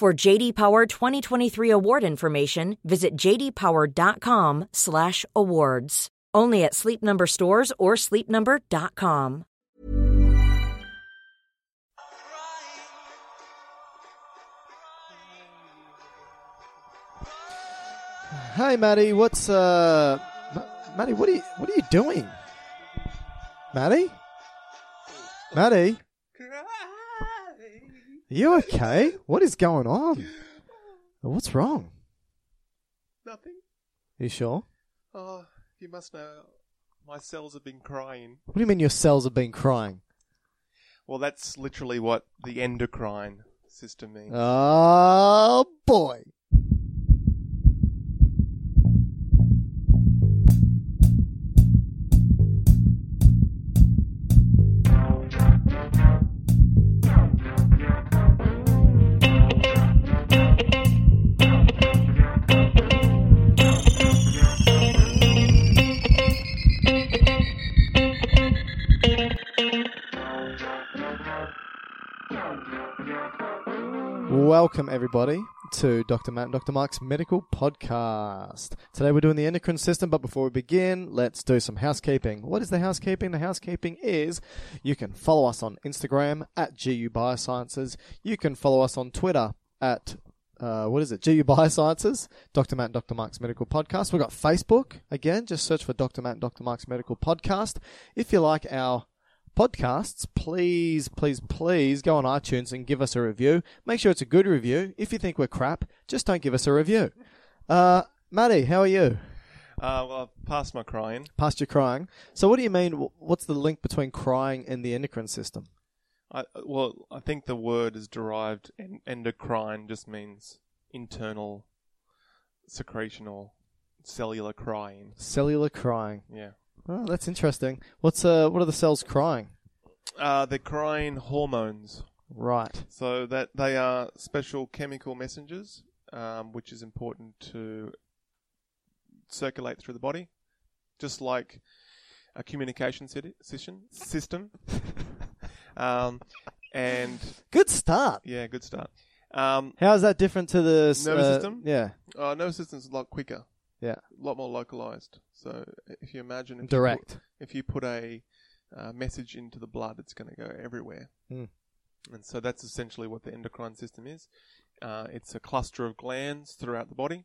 For JD Power 2023 award information, visit jdpower.com/awards. Only at Sleep Number stores or sleepnumber.com. Hi, Maddie. What's uh, Ma- Maddie? What are you What are you doing, Maddie? Maddie, are you okay? What is going on? What's wrong? Nothing. you sure? Oh, you must know my cells have been crying. What do you mean your cells have been crying? Well, that's literally what the endocrine system means. Uh. Oh boy! Welcome everybody to Dr. Matt and Dr. Mark's Medical Podcast. Today we're doing the endocrine system, but before we begin, let's do some housekeeping. What is the housekeeping? The housekeeping is you can follow us on Instagram at GU Biosciences. You can follow us on Twitter at uh, what is it? GU Biosciences, Dr. Matt and Dr. Mark's Medical Podcast. We've got Facebook. Again, just search for Dr. Matt and Dr. Mark's Medical Podcast. If you like our podcasts, please, please, please go on iTunes and give us a review. Make sure it's a good review. If you think we're crap, just don't give us a review. Uh, Maddie, how are you? Uh, well, I've passed my crying. Past your crying. So, what do you mean? wh- What's the link between crying and the endocrine system? I, well, I think the word is derived, and endocrine just means internal secretion or cellular crying. Cellular crying. Yeah. Oh, that's interesting. What's uh, what are the cells crying? Uh, they're crying hormones. Right. So that they are special chemical messengers, um, which is important to circulate through the body, just like a communication siti- session- system. um, and Good start. yeah, good start. Um, How is that different to the s- Nervous uh, system? Yeah, uh, nervous system's a lot quicker, yeah. a lot more localized. So if you imagine, if You Direct. put, if you put a uh, message into the blood, it's going to go everywhere. Hmm. And so that's essentially what the endocrine system is. Uh, it's a cluster of glands throughout the body,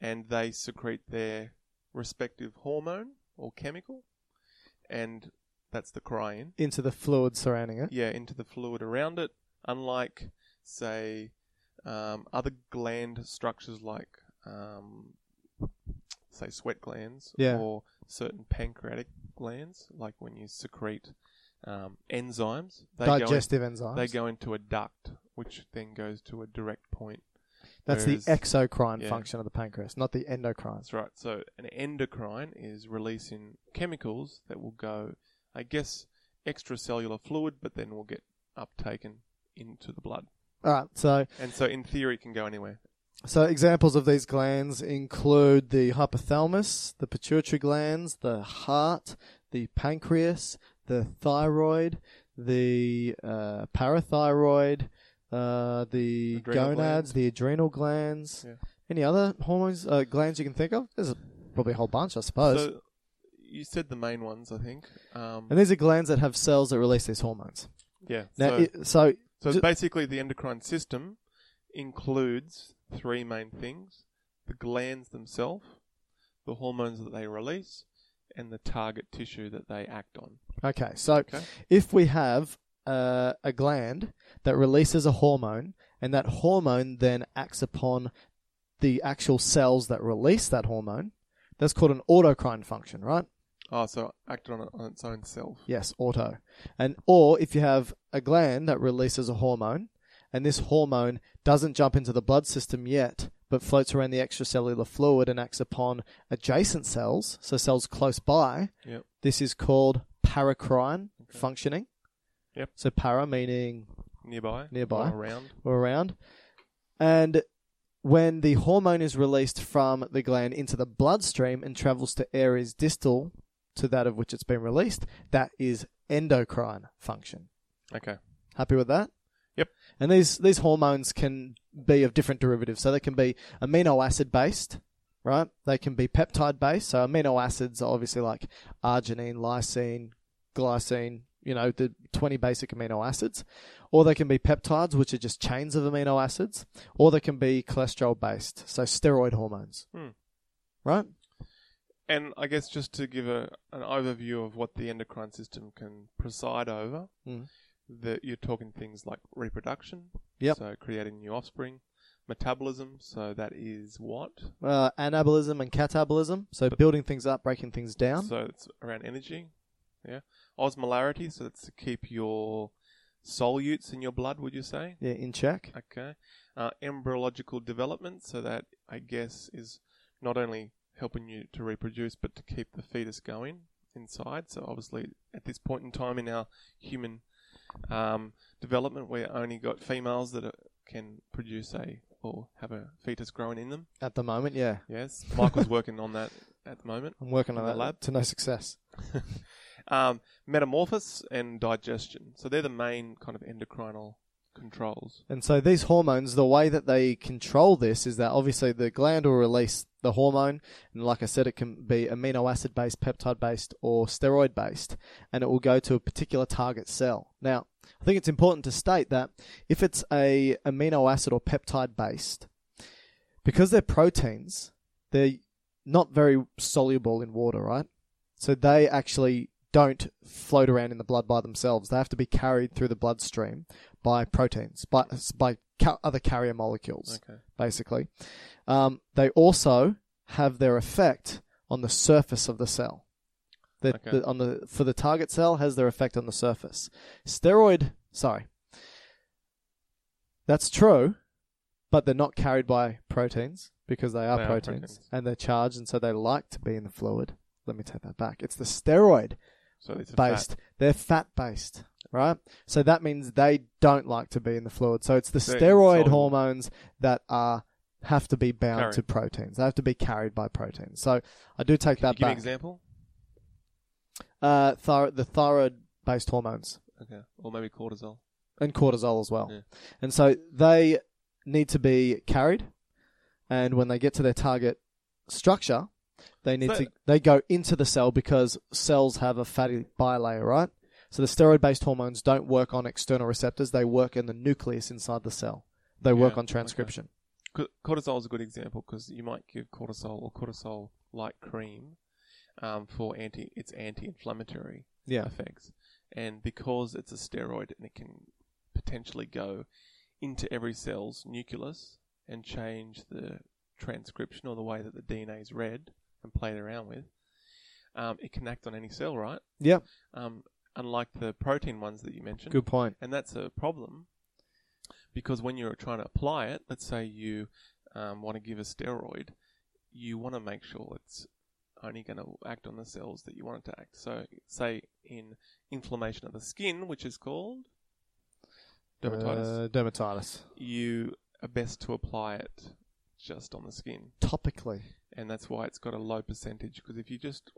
and they secrete their respective hormone or chemical, and that's the crying. Into the fluid surrounding it. Yeah, into the fluid around it. Unlike, say, um, other gland structures like, um, say, sweat glands Yeah. or certain pancreatic glands, like when you secrete um, enzymes, go in- Digestive enzymes. they go into a duct, which then goes to a direct point. That's Whereas- the exocrine yeah. function of the pancreas, not the endocrine. That's right. So an endocrine is releasing chemicals that will go, I guess, extracellular fluid, but then will get uptaken into the blood. All right. So, And so, in theory, it can go anywhere. so examples of these glands include the hypothalamus, the pituitary glands, the heart, the pancreas, the thyroid, the uh, parathyroid, uh, the Adrenal gonads, glands. the adrenal glands. Yeah. Any other hormones, uh, glands you can think of? There's probably a whole bunch, I suppose. So, you said the main ones, I think. Um, and these are glands that have cells that release these hormones. yeah. Now, so, it- so, so ju- basically, the endocrine system includes three main things: the glands themselves, the hormones that they release, and the target tissue that they act on. Okay, so Okay. if we have uh, a gland that releases a hormone, and that hormone then acts upon the actual cells that release that hormone, that's called an autocrine function, right? Oh, so act on it on its own self. Yes, auto. And or if you have a gland that releases a hormone, and this hormone doesn't jump into the blood system yet, but floats around the extracellular fluid and acts upon adjacent cells, so cells close by, Yep. This is called paracrine functioning. Yep. So para meaning Nearby. Nearby. Or around. or around. And when the hormone is released from the gland into the bloodstream and travels to areas distal to that of which it's been released, that is endocrine function. Okay. Happy with that? Yep. And these these hormones can be of different derivatives. So they can be amino acid based, right? They can be peptide based. So amino acids are obviously like arginine, lysine, glycine, you know, the 20 basic amino acids. Or they can be peptides, which are just chains of amino acids. Or they can be cholesterol based. So steroid hormones. Hmm. Right? And I guess just to give a, an overview of what the endocrine system can preside over, Mm. that you're talking things like reproduction, Yep. so creating new offspring, metabolism, so that is what? Uh, anabolism and catabolism. So building things up, breaking things down. So it's around energy, yeah. Osmolarity, so that's to keep your solutes in your blood, would you say? yeah, in check. Okay. Uh, embryological development, so that I guess is not only helping you to reproduce, but to keep the fetus going inside. So obviously, at this point in time in our human um, development, we only got females that are, can produce a or have a fetus growing in them. At the moment, yeah. Yes, Michael's working on that at the moment. I'm working on In the that lab? to no success. Um, metamorphosis and digestion. So they're the main kind of endocrinal controls. And so these hormones, the way that they control this is that obviously the gland will release the hormone, and like I said, it can be amino acid based, peptide based, or steroid based, and it will go to a particular target cell. Now, I think it's important to state that if it's a amino acid or peptide based, because they're proteins, they're not very soluble in water, right? So they actually don't float around in the blood by themselves. They have to be carried through the bloodstream by proteins, by by ca- other carrier molecules, Okay. basically. Um, they also have their effect on the surface of the cell. The, Okay. the, on the for the target cell has their effect on the surface. Steroid, sorry, that's true, but they're not carried by proteins because they are, They are proteins, proteins. and they're charged, and so they like to be in the fluid. Let me take that back. It's the steroid So it's a fat. based. They're fat based, right? So that means they don't like to be in the fluid. So it's the They're steroid insoluble. hormones that are have to be bound Carried. to proteins. They have to be carried by proteins. So I do take Can you that give me an back. example? uh, thyro- the thyroid based hormones. Okay. Or maybe cortisol. and cortisol as well. Yeah. And so they need to be carried, and when they get to their target structure, they need So- to they go into the cell because cells have a fatty bilayer, right? So the steroid-based hormones don't work on external receptors; they work in the nucleus inside the cell. They work Yeah, on transcription. Co- Cortisol is a good example because you might give cortisol or cortisol like cream um, for anti its anti-inflammatory Yeah. effects, and because it's a steroid and it can potentially go into every cell's nucleus and change the transcription or the way that the DNA is read and played around with, um, it can act on any cell, right? Yep. Um, unlike the protein ones that you mentioned. Good point. And that's a problem because when you're trying to apply it, let's say you um, want to give a steroid, you want to make sure it's only going to act on the cells that you want it to act. So, say in inflammation of the skin, which is called dermatitis, Uh, dermatitis. you are best to apply it just on the skin, Topically. and that's why it's got a low percentage. Because if you just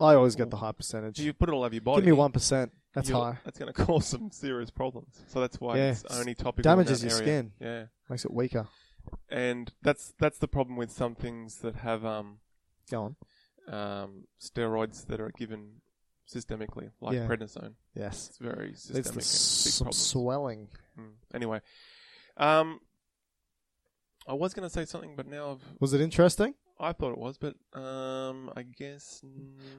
I always get the high percentage. if you put it all over your body, Give me 1%. That's you'll- high. That's going to cause some serious problems. So that's why Yeah, it's it's- only topical. in damages that your area. skin. Yeah. Makes it weaker. and that's that's the problem with some things that have um, Go on. um, steroids that are given systemically, like Yeah. prednisone. Yes. It's very Leads systemic. to and s- big some problem. swelling. Mm. Anyway, um, I was going to say something, but now I've, Was it interesting? I thought it was, but um, I guess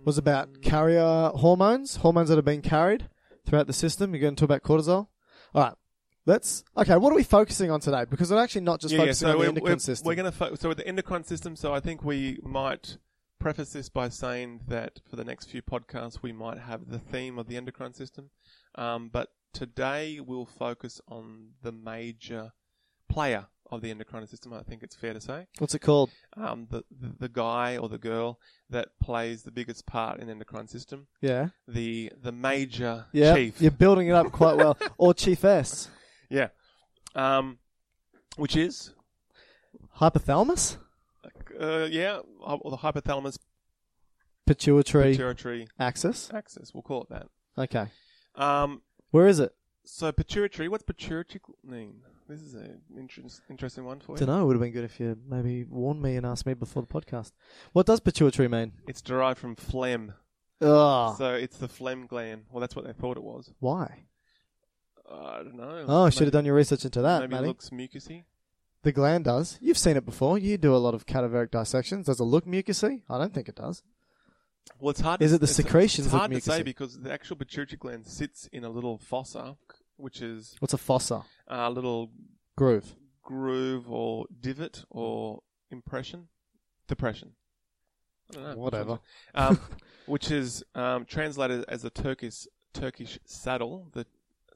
was about carrier hormones, hormones that have been carried throughout the system. You're going to talk about cortisol. All right, let's. Okay, what are we focusing on today? Because we're actually not just yeah, yeah, focusing so on the we're, endocrine we're, system. We're going to fo- so with the endocrine system. So I think we might preface this by saying that for the next few podcasts we might have the theme of the endocrine system, um, but today we'll focus on the major player of the endocrine system. I think it's fair to say What's it called? um, the the the guy or the girl that plays the biggest part in the endocrine system, Yeah, the the major yeah. chief. You're building it up quite well. or chiefess, Yeah. Um, which is hypothalamus, uh, yeah, hy- or the hypothalamus pituitary pituitary axis. axis. We'll call it that. Okay, Um, where is it? so pituitary. What's pituitary gl- mean? This is an interest, interesting one for you. Don't know. It would have been good if you maybe warned me and asked me before the podcast. What does pituitary mean? It's derived from phlegm, Oh, so it's the phlegm gland. Well, that's what they thought it was. why? I don't know. Oh, I should have done your research into that, Maybe Matty. it looks mucusy. The gland does. You've seen it before. You do a lot of cadaveric dissections. Does it look mucousy? I don't think it does. Well, it's hard. Is to, it the it's- secretions It's look hard to say mucusy? because the actual pituitary gland sits in a little fossa, which is What's a fossa? a little Groove. groove or divot or impression, depression. I don't know. Whatever. Um, which is um, translated as the Turkish Turkish saddle, the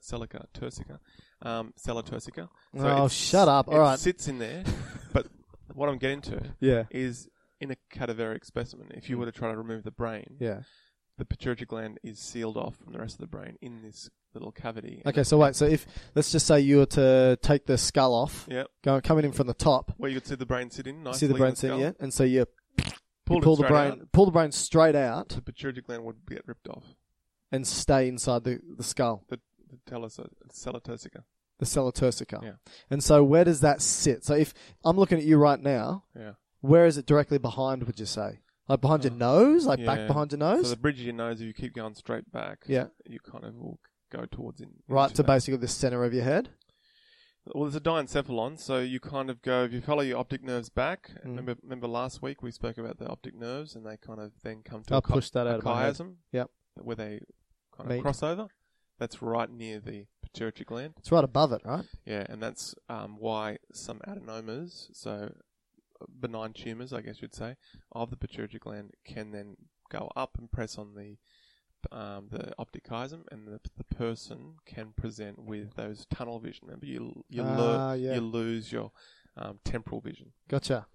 selica tersica, um, sella tersica. Oh, it's- shut up. It All right. sits in there, but what I'm getting to Yeah. is in a cadaveric specimen. If you were to try to remove the brain, Yeah. the pituitary gland is sealed off from the rest of the brain in this little cavity. Okay, so wait. So if, let's just say you were to take the skull off, Yep. go, coming in from the top, Where you could see the brain sit in nicely. see the in brain skull. sitting yeah, and so you Pull pull, it pull the straight brain, out. pull the brain straight out The pituitary gland would get ripped off. and stay inside the, the skull, The, the telos- sella tersica. the sella tersica. Yeah. And so where does that sit? So if I'm looking at you right now, Yeah. where is it directly behind? Would you say like behind your nose, like Oh. Yeah. back behind your nose? So the bridge of your nose, if you keep going straight back, Yeah. you kind of will go towards in right into to that. basically the center of your head. Well, there's a diencephalon, so you kind of go if you follow your optic nerves back. and Mm. Remember, remember last week we spoke about the optic nerves, and they kind of then come to I'll a chi- push that out a of my head. chiasm, Yep, where they kind Meet. of cross over. That's right near the pituitary gland. it's right above it, right? Yeah, and that's um, why some adenomas, so uh, benign tumors, I guess you'd say, of the pituitary gland can then go up and press on the um, the optic chiasm, and the, the person can present with those tunnel vision. Remember, you you, Ah, lo- yeah. you lose your um, temporal vision. Gotcha.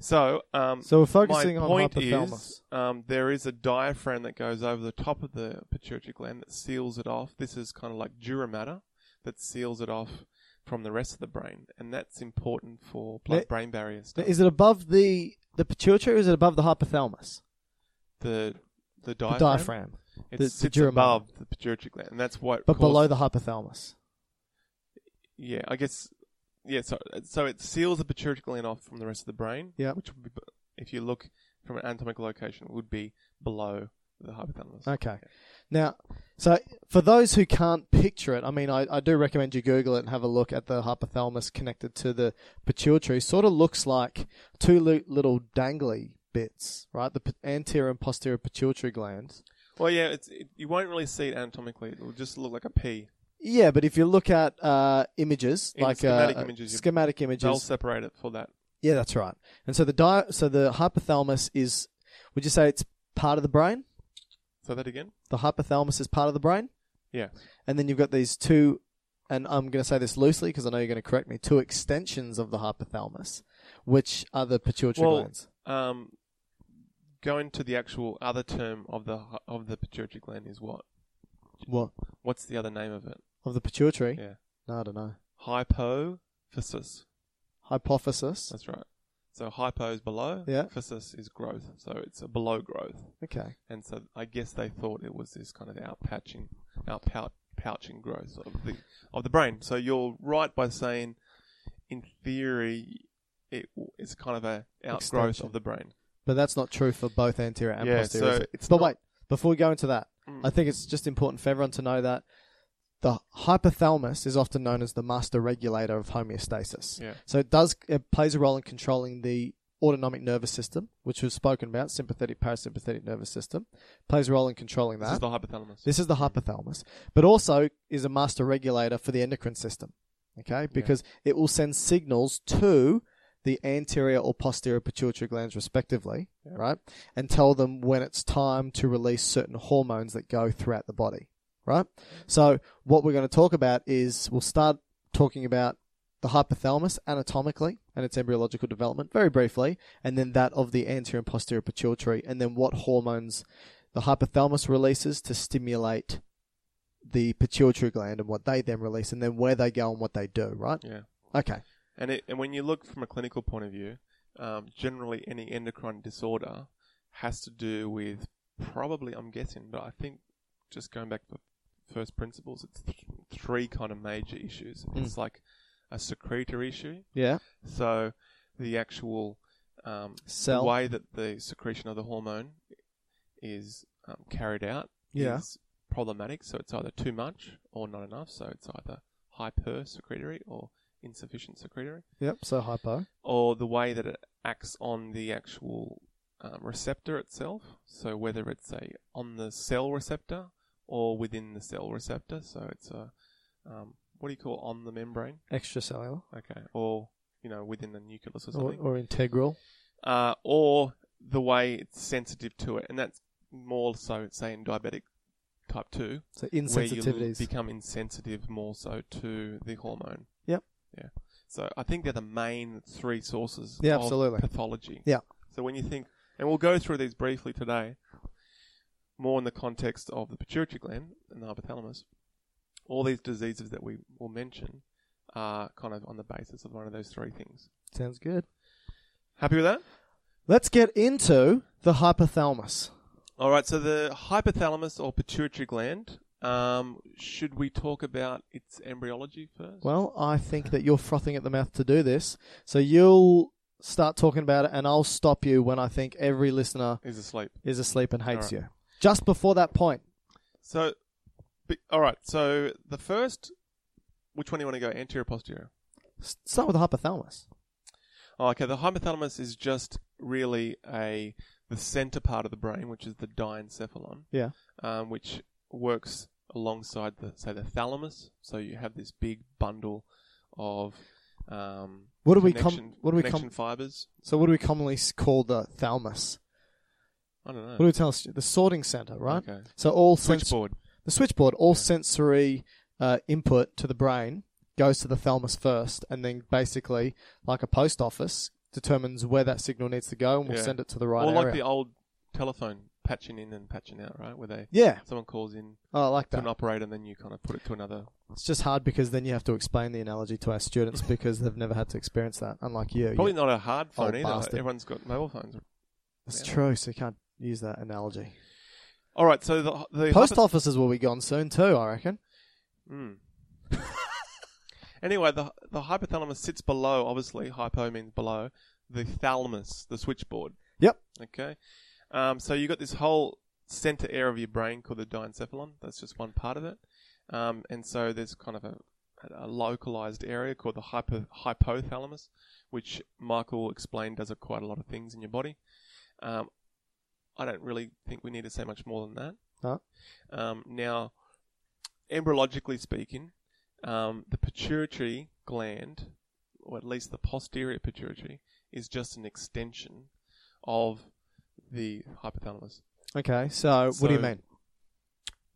So, um, So we're focusing my on point hypothalamus. Is, um, there is a diaphragm that goes over the top of the pituitary gland that seals it off. This is kind of like dura mater that seals it off from the rest of the brain, and that's important for Now- blood-brain barrier stuff. Is it above the the pituitary? or Is it above the hypothalamus? the The the diaphragm? diaphragm, It the- the sits dura mater. above the pituitary gland, and that's what. but causes- below the hypothalamus. Yeah, I guess. Yeah, so so it seals the pituitary gland off from the rest of the brain. Yeah. which would be, b- if you look from an anatomical location, would be below the hypothalamus. Okay. Now, so for those who can't picture it, I mean, I, I do recommend you Google it and have a look at the hypothalamus connected to the pituitary. Sort of looks like two li- little dangly bits, right? The p- anterior and posterior pituitary glands. Well, yeah, it's it, you won't really see it anatomically. It'll just look like a P. Yeah, but if you look at uh, images, In like schematic uh, images, you- schematic They'll images, separate it for that. Yeah, that's right. And so the di- so the hypothalamus is would you say it's part of the brain? So that again. The hypothalamus is part of the brain, Yeah. and then you've got these two and I'm going to say this loosely because I know you're going to correct me, two extensions of the hypothalamus, which are the pituitary Well, glands. um, going to the actual other term of the hu- of the pituitary gland is what? What? What's the other name of it? Of the pituitary? Yeah. No, I don't know. Hypophysis. Hypothesis. That's right. So hypo is below. Yeah. Physis is growth. So it's a below growth. Okay. And so I guess they thought it was this kind of outpatching, outpout, pouching growth of the of the brain. So you're right by saying, in theory, it w- it's kind of a outgrowth Extension. of the brain. But that's not true for both anterior and Yeah, posterior. so is it? it's but not- Mm. wait, before we go into that, I think it's just important for everyone to know that the hypothalamus is often known as the master regulator of homeostasis. Yeah. So it does it plays a role in controlling the autonomic nervous system, which we've spoken about, sympathetic parasympathetic nervous system, plays a role in controlling This is that. the hypothalamus. This is the hypothalamus, but also is a master regulator for the endocrine system. Okay, because it will send signals to the anterior or posterior pituitary glands, respectively, right, and tell them when it's time to release certain hormones that go throughout the body, right. So what we're going to talk about is we'll start talking about the hypothalamus anatomically and its embryological development very briefly, and then that of the anterior and posterior pituitary, and then what hormones the hypothalamus releases to stimulate the pituitary gland and what they then release, and then where they go and what they do, right? yeah. Okay. And it, and when you look from a clinical point of view, um, generally any endocrine disorder has to do with probably I'm guessing, but I think just going back to first principles, it's th- three kind of major issues. Hmm. It's like a secretory issue, Yeah. so the actual um, Cell. the way that the secretion of the hormone is um, carried out Yeah. is problematic. So it's either too much or not enough. So it's either hyper secretory or insufficient secretory Yep. So hypo. or the way that it acts on the actual um, receptor itself. So whether it's a on the cell receptor or within the cell receptor. So it's a um, what do you call on the membrane? Extracellular. Okay, or you know within the nucleus or Or, something, or integral. uh, or the way it's sensitive to it, and that's more so say in diabetic type two, So where you insensitivities. become insensitive more so to the hormone. Yep. Yeah. So I think they're the main three sources Yeah, of absolutely. pathology. yeah. So when you think, and we'll go through these briefly today, more in the context of the pituitary gland and the hypothalamus, all these diseases that we will mention are kind of on the basis of one of those three things. Sounds good. Happy with that? Let's get into the hypothalamus. All right. So the hypothalamus or pituitary gland. Um, should we talk about its embryology first? Well, I think that you're frothing at the mouth to do this. So you'll start talking about it, and I'll stop you when I think every listener Is asleep. is asleep and hates Alright. you. Just before that point. So, be- all right. So the first, which one do you want to go? Anterior, or posterior. S- Start with the hypothalamus. Oh, okay, the hypothalamus is just really a the center part of the brain, which is the diencephalon, Yeah. um, which works alongside the say the thalamus. So you have this big bundle of um, What do we com- connection, what do we com- connection fibers? So what do we commonly s- call the thalamus? I don't know. What do we tell us? The sorting center, right? Okay. So all sens- Switchboard. the switchboard, all sensory uh, input to the brain goes to the thalamus first, and then basically, like a post office, determines where that signal needs to go, and will Yeah. send it to the right or like area. the old telephone patching in and patching out, right? Where they yeah, someone calls in oh, I like to an that. operator, and then you kind of put it to another It's just hard because then you have to explain the analogy to our students because they've never had to experience that. Unlike you, Probably You- not a hard phone Old either. bastard. Everyone's got mobile phones. It's true, so you can't use that analogy. All right, so the, the Post offices will be gone soon too, I reckon. Mm. anyway, the the hypothalamus sits below. Obviously, hypo means below the thalamus, the switchboard. Yep. Okay, um, so you got this whole center area of your brain called the diencephalon. That's just one part of it, um, and so there's kind of a, a localized area called the hypo, hypothalamus, which Michael explained does a, quite a lot of things in your body. Um, I don't really think we need to say much more than that. Huh? Um, now, embryologically speaking, um, the pituitary gland, or at least the posterior pituitary, is just an extension of the hypothalamus. Okay, so, what do you So- mean?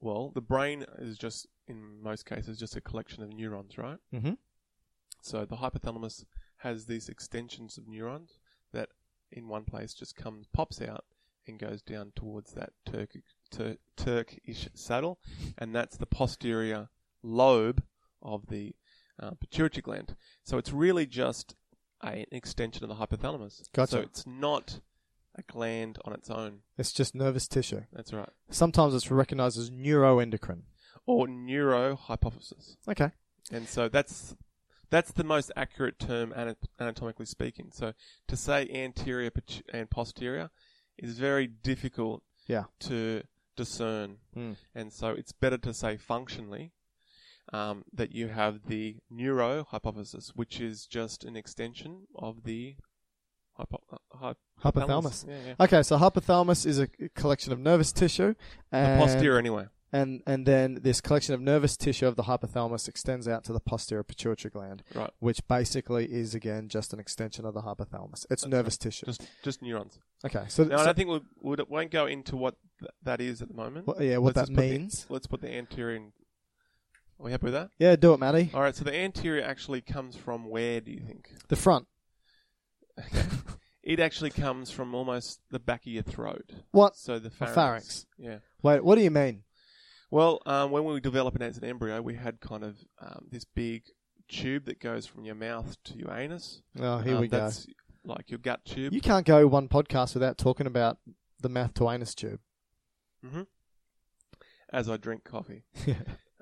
Well, the brain is just, in most cases, just a collection of neurons, right? Mm-hmm. So the hypothalamus has these extensions of neurons that, in one place, just comes pops out and goes down towards that Turk, tur- Turkish saddle, and that's the posterior lobe of the uh, pituitary gland. So it's really just a, an extension of the hypothalamus. Gotcha. So it's not a gland on its own. It's just nervous tissue. That's right. Sometimes it's recognized as neuroendocrine. Or neurohypophysis. Okay. And so that's that's the most accurate term ana- anatomically speaking. So to say anterior patu- and posterior is very difficult Yeah. to discern. Mm. And so it's better to say functionally um, that you have the neuro hypothesis, which is just an extension of the hypo- uh, hy- Hypothalamus. Yeah, yeah. Okay, so hypothalamus is a collection of nervous tissue. And, the posterior anyway. And, and then this collection of nervous tissue of the hypothalamus extends out to the posterior pituitary gland, Right. which basically is, again, just an extension of the hypothalamus. It's nervous tissue. Just just neurons. okay, so, Now, so- I don't think we'll, we won't go into what th- that is at the moment. Well, yeah, what Let's that just put the- means. let's put the anterior. In. Are we happy with that? yeah, do it, Matty. All right. So the anterior actually comes from where? Do you think The front. it actually comes from almost the back of your throat? What? So the pharynx. pharynx. Yeah. Wait, what do you mean? Well, um, when we were developing as an embryo, we had kind of um, this big tube that goes from your mouth to your anus. Oh, here Um, we go. That's like your gut tube. You can't go one podcast without talking about the mouth to anus tube. hmm As I drink coffee.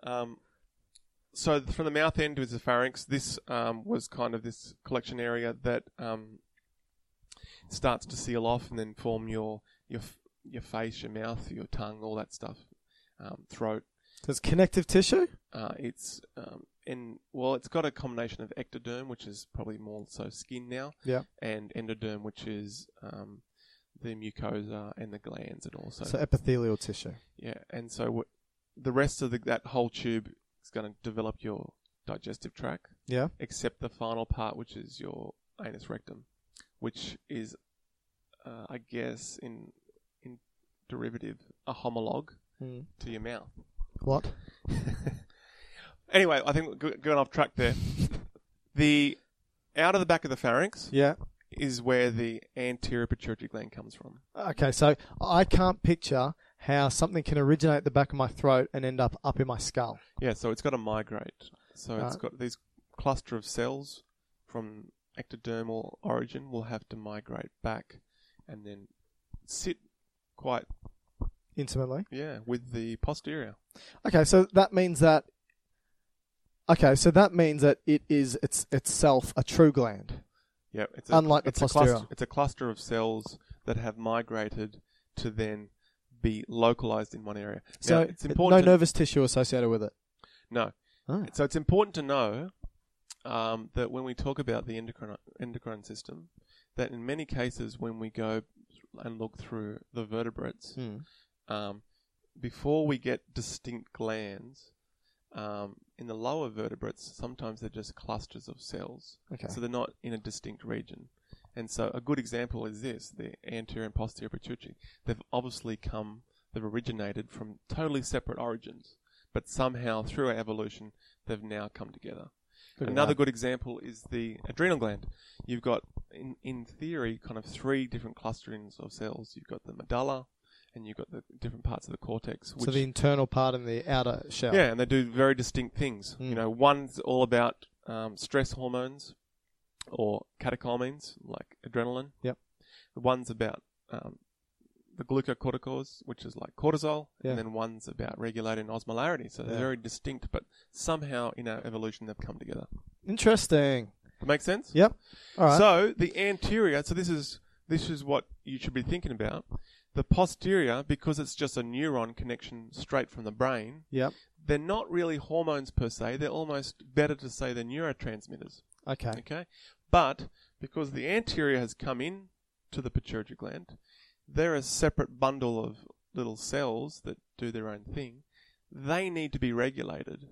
Um, so th- from the mouth end was the pharynx. This um, was kind of this collection area that um, starts to seal off and then form your your f- your face, your mouth, your tongue, all that stuff, um, throat. So it's connective tissue? Uh, it's um, in well, it's got a combination of ectoderm, which is probably more so skin now, Yeah. and endoderm, which is um, the mucosa and the glands and also So epithelial tissue. yeah, and so w- the rest of the, that whole tube is going to develop your digestive tract, Yeah. except the final part, which is your anus rectum, which is, uh, I guess, in in derivative, a homologue Mm. to your mouth. What? Anyway, I think we're go- going off track there. The out of the back of the pharynx Yeah. is where the anterior pituitary gland comes from. Okay, so I can't picture how something can originate at the back of my throat and end up up in my skull. Yeah, so it's got to migrate. So it's Right. got these cluster of cells from ectodermal origin will have to migrate back and then sit quite Intimately. yeah with the posterior. Okay, so that means that. Okay, so that means that it is its, itself a true gland. Yeah, it's Unlike the it's A posterior. cluster, it's a cluster of cells that have migrated to then be localized in one area. So now, it's important. no to- nervous tissue associated with it. no, Oh. So it's important to know um, that when we talk about the endocrine endocrine system, that in many cases when we go and look through the vertebrates, Hmm. um, before we get distinct glands, um, in the lower vertebrates, sometimes they're just clusters of cells. Okay. So they're not in a distinct region. And so a good example is this, the anterior and posterior pituitary. They've obviously come, they've originated from totally separate origins, but somehow through our evolution, they've now come together. Look at Another that. good example is the adrenal gland. You've got, in, in theory, kind of three different clusterings of cells. You've got the medulla, and you've got the different parts of the cortex. Which So the internal part and the outer shell. yeah, and they do very distinct things. Mm. You know, one's all about um, stress hormones or catecholamines, like adrenaline. Yep. The one's about um, the glucocorticoids, which is like cortisol, Yeah. and then one's about regulating osmolarity. So they're Yeah. very distinct, but somehow in our evolution they've come together. Interesting. That make sense? Yep. All right. So the anterior. So this is this is what you should be thinking about. The posterior, because it's just a neuron connection straight from the brain, yep. they're not really hormones per se. They're almost better to say they're neurotransmitters. Okay. Okay, but because the anterior has come in to the pituitary gland, they're a separate bundle of little cells that do their own thing. They need to be regulated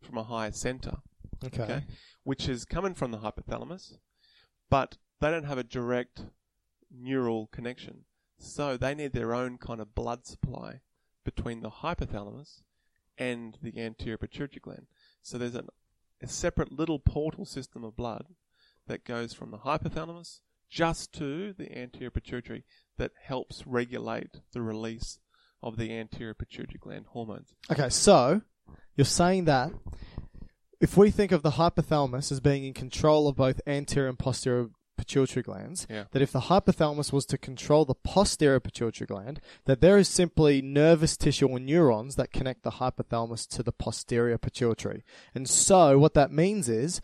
from a higher center Okay. okay, which is coming from the hypothalamus, but they don't have a direct neural connection. So they need their own kind of blood supply between the hypothalamus and the anterior pituitary gland. So there's an, a separate little portal system of blood that goes from the hypothalamus just to the anterior pituitary that helps regulate the release of the anterior pituitary gland hormones. Okay, so you're saying that if we think of the hypothalamus as being in control of both anterior and posterior pituitary glands, Yeah. that if the hypothalamus was to control the posterior pituitary gland, that there is simply nervous tissue or neurons that connect the hypothalamus to the posterior pituitary. And so what that means is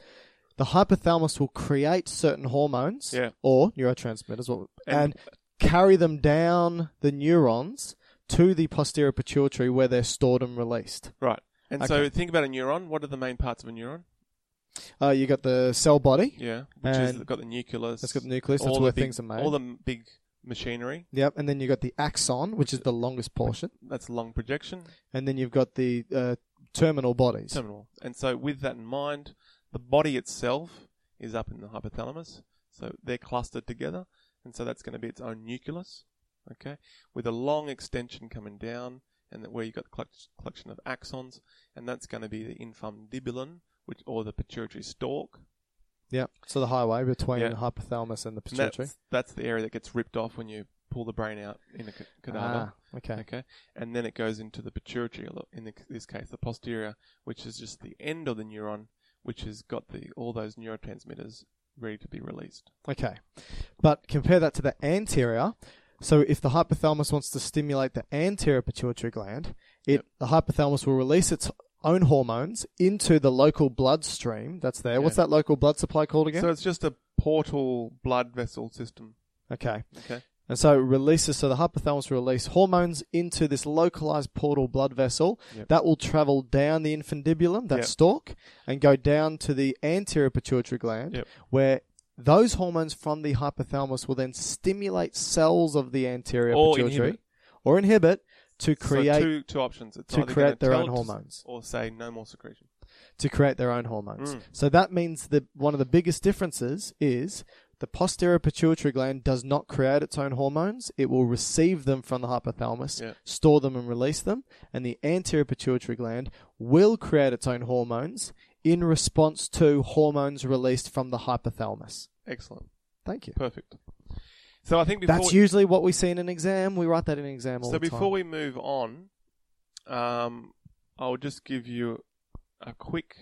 the hypothalamus will create certain hormones Yeah. or neurotransmitters what, and, And- carry them down the neurons to the posterior pituitary where they're stored and released. Right. And so Okay. think about a neuron. What are the main parts of a neuron? Uh, you got the cell body. Yeah. Which And has got the nucleus. that's got the nucleus, all that's the where big- things are made. All the m- big machinery. Yep, and then you've got the axon, which is the longest portion, That's long projection. and then you've got the uh, terminal bodies. terminal. And so, with that in mind, the body itself is up in the hypothalamus, so they're clustered together, and so that's going to be its own nucleus, okay, with a long extension coming down, and that where you've got the collect- collection of axons, and that's going to be the infundibulum, which or the pituitary stalk. Yep, so the highway between Yeah. the hypothalamus and the And pituitary. that's, that's the area that gets ripped off when you pull the brain out in a c- cadaver. Ah, okay. Okay, and then it goes into the pituitary. a lot- In the- this case, the posterior, which is just the end of the neuron, which has got the all those neurotransmitters ready to be released. Okay. But compare that to the anterior. So if the hypothalamus wants to stimulate the anterior pituitary gland, it Yep. the hypothalamus will release its own hormones into the local bloodstream that's there. What's Yeah. that local blood supply called again? So it's just a portal blood vessel system. okay. Okay, And so it releases, so the hypothalamus will release hormones into this localized portal blood vessel Yep. that will travel down the infundibulum, that Yep. stalk, and go down to the anterior pituitary gland, Yep. where those hormones from the hypothalamus will then stimulate cells of the anterior Or pituitary inhibit. or inhibit to So create two, two options. It's to either create gonna their tell own it to s- hormones. or say no more secretion. to create their own hormones. Mm. So that means that one of the biggest differences is the posterior pituitary gland does not create its own hormones. It will receive them from the hypothalamus, Yeah. store them and release them, and the anterior pituitary gland will create its own hormones in response to hormones released from the hypothalamus. Excellent, Thank you. perfect. So I think before That's usually what we see in an exam. We write that in an exam all So the before time. we move on, um, I'll just give you a quick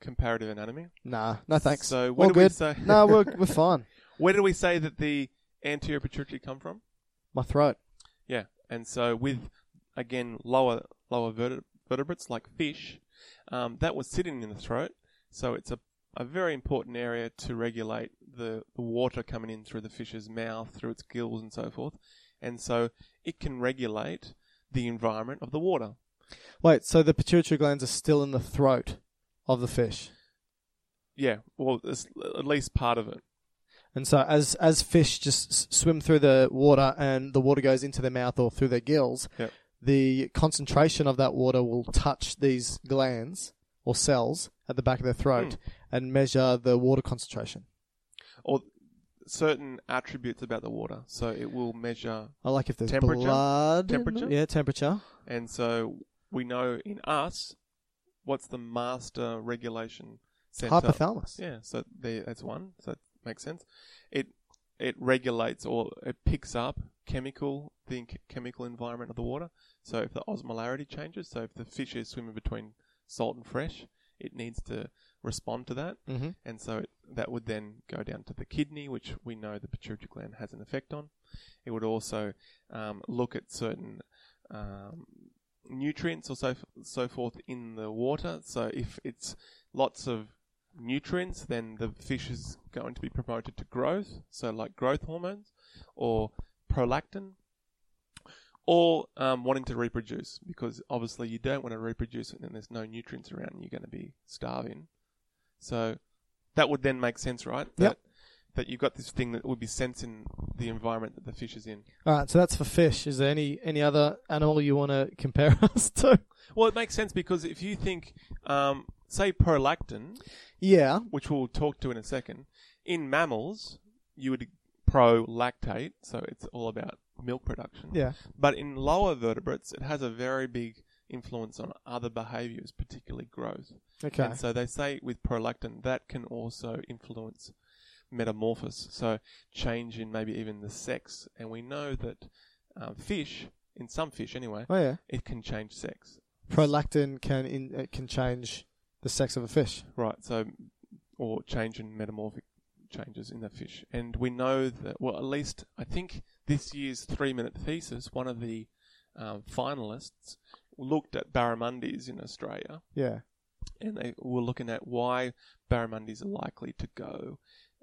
comparative anatomy. Nah, no thanks. So all what do we good. say- no, we're, we're fine. Where did we say that the anterior pituitary come from? My throat. Yeah, and so with again lower lower verte- vertebrates like fish, um, that was sitting in the throat. So it's a a very important area to regulate the, the water coming in through the fish's mouth, through its gills, and so forth. And so it can regulate the environment of the water. Wait, so the pituitary glands are still in the throat of the fish. Yeah, well, it's at least part of it. And so, as as fish just s- swim through the water, and the water goes into their mouth or through their gills, Yep. the concentration of that water will touch these glands or cells at the back of their throat Hmm. and measure the water concentration. Or certain attributes about the water. So it will measure I like if there's Temperature? blood. in them. Temperature? Yeah, temperature. And so we know in us, what's the master regulation center? Hypothalamus. Yeah, so there, that's one. So that makes sense. It it regulates or it picks up chemical the ch- chemical environment of the water. So if the osmolarity changes, so if the fish is swimming between salt and fresh, it needs to respond to that. Mm-hmm. And so it, that would then go down to the kidney, which we know the pituitary gland has an effect on. It would also um, look at certain um, nutrients or so, f- so forth in the water. So if it's lots of nutrients, then the fish is going to be promoted to growth. So like growth hormones or prolactin. Or um, wanting to reproduce, because obviously you don't want to reproduce and then there's no nutrients around, and you're going to be starving. So that would then make sense, right? That, Yep. That you've got this thing that would be sensing the environment that the fish is in. All right, so that's for fish. Is there any any other animal you want to compare us to? Well, it makes sense because if you think, um, say, prolactin, Yeah, which we'll talk to in a second, in mammals, you would prolactate, so it's all about milk production. yeah. But in lower vertebrates, it has a very big influence on other behaviors, particularly growth. Okay. And so they say with prolactin that can also influence metamorphosis, so change in maybe even the sex. And we know that um, fish, in some fish anyway, oh yeah. it can change sex. Prolactin uh, can in, it can change the sex of a fish. Right, so, or change in metamorphic changes in the fish. And we know that, well, at least I think this year's three minute thesis, one of the um, finalists looked at barramundis in Australia Yeah. and they were looking at why barramundis are likely to go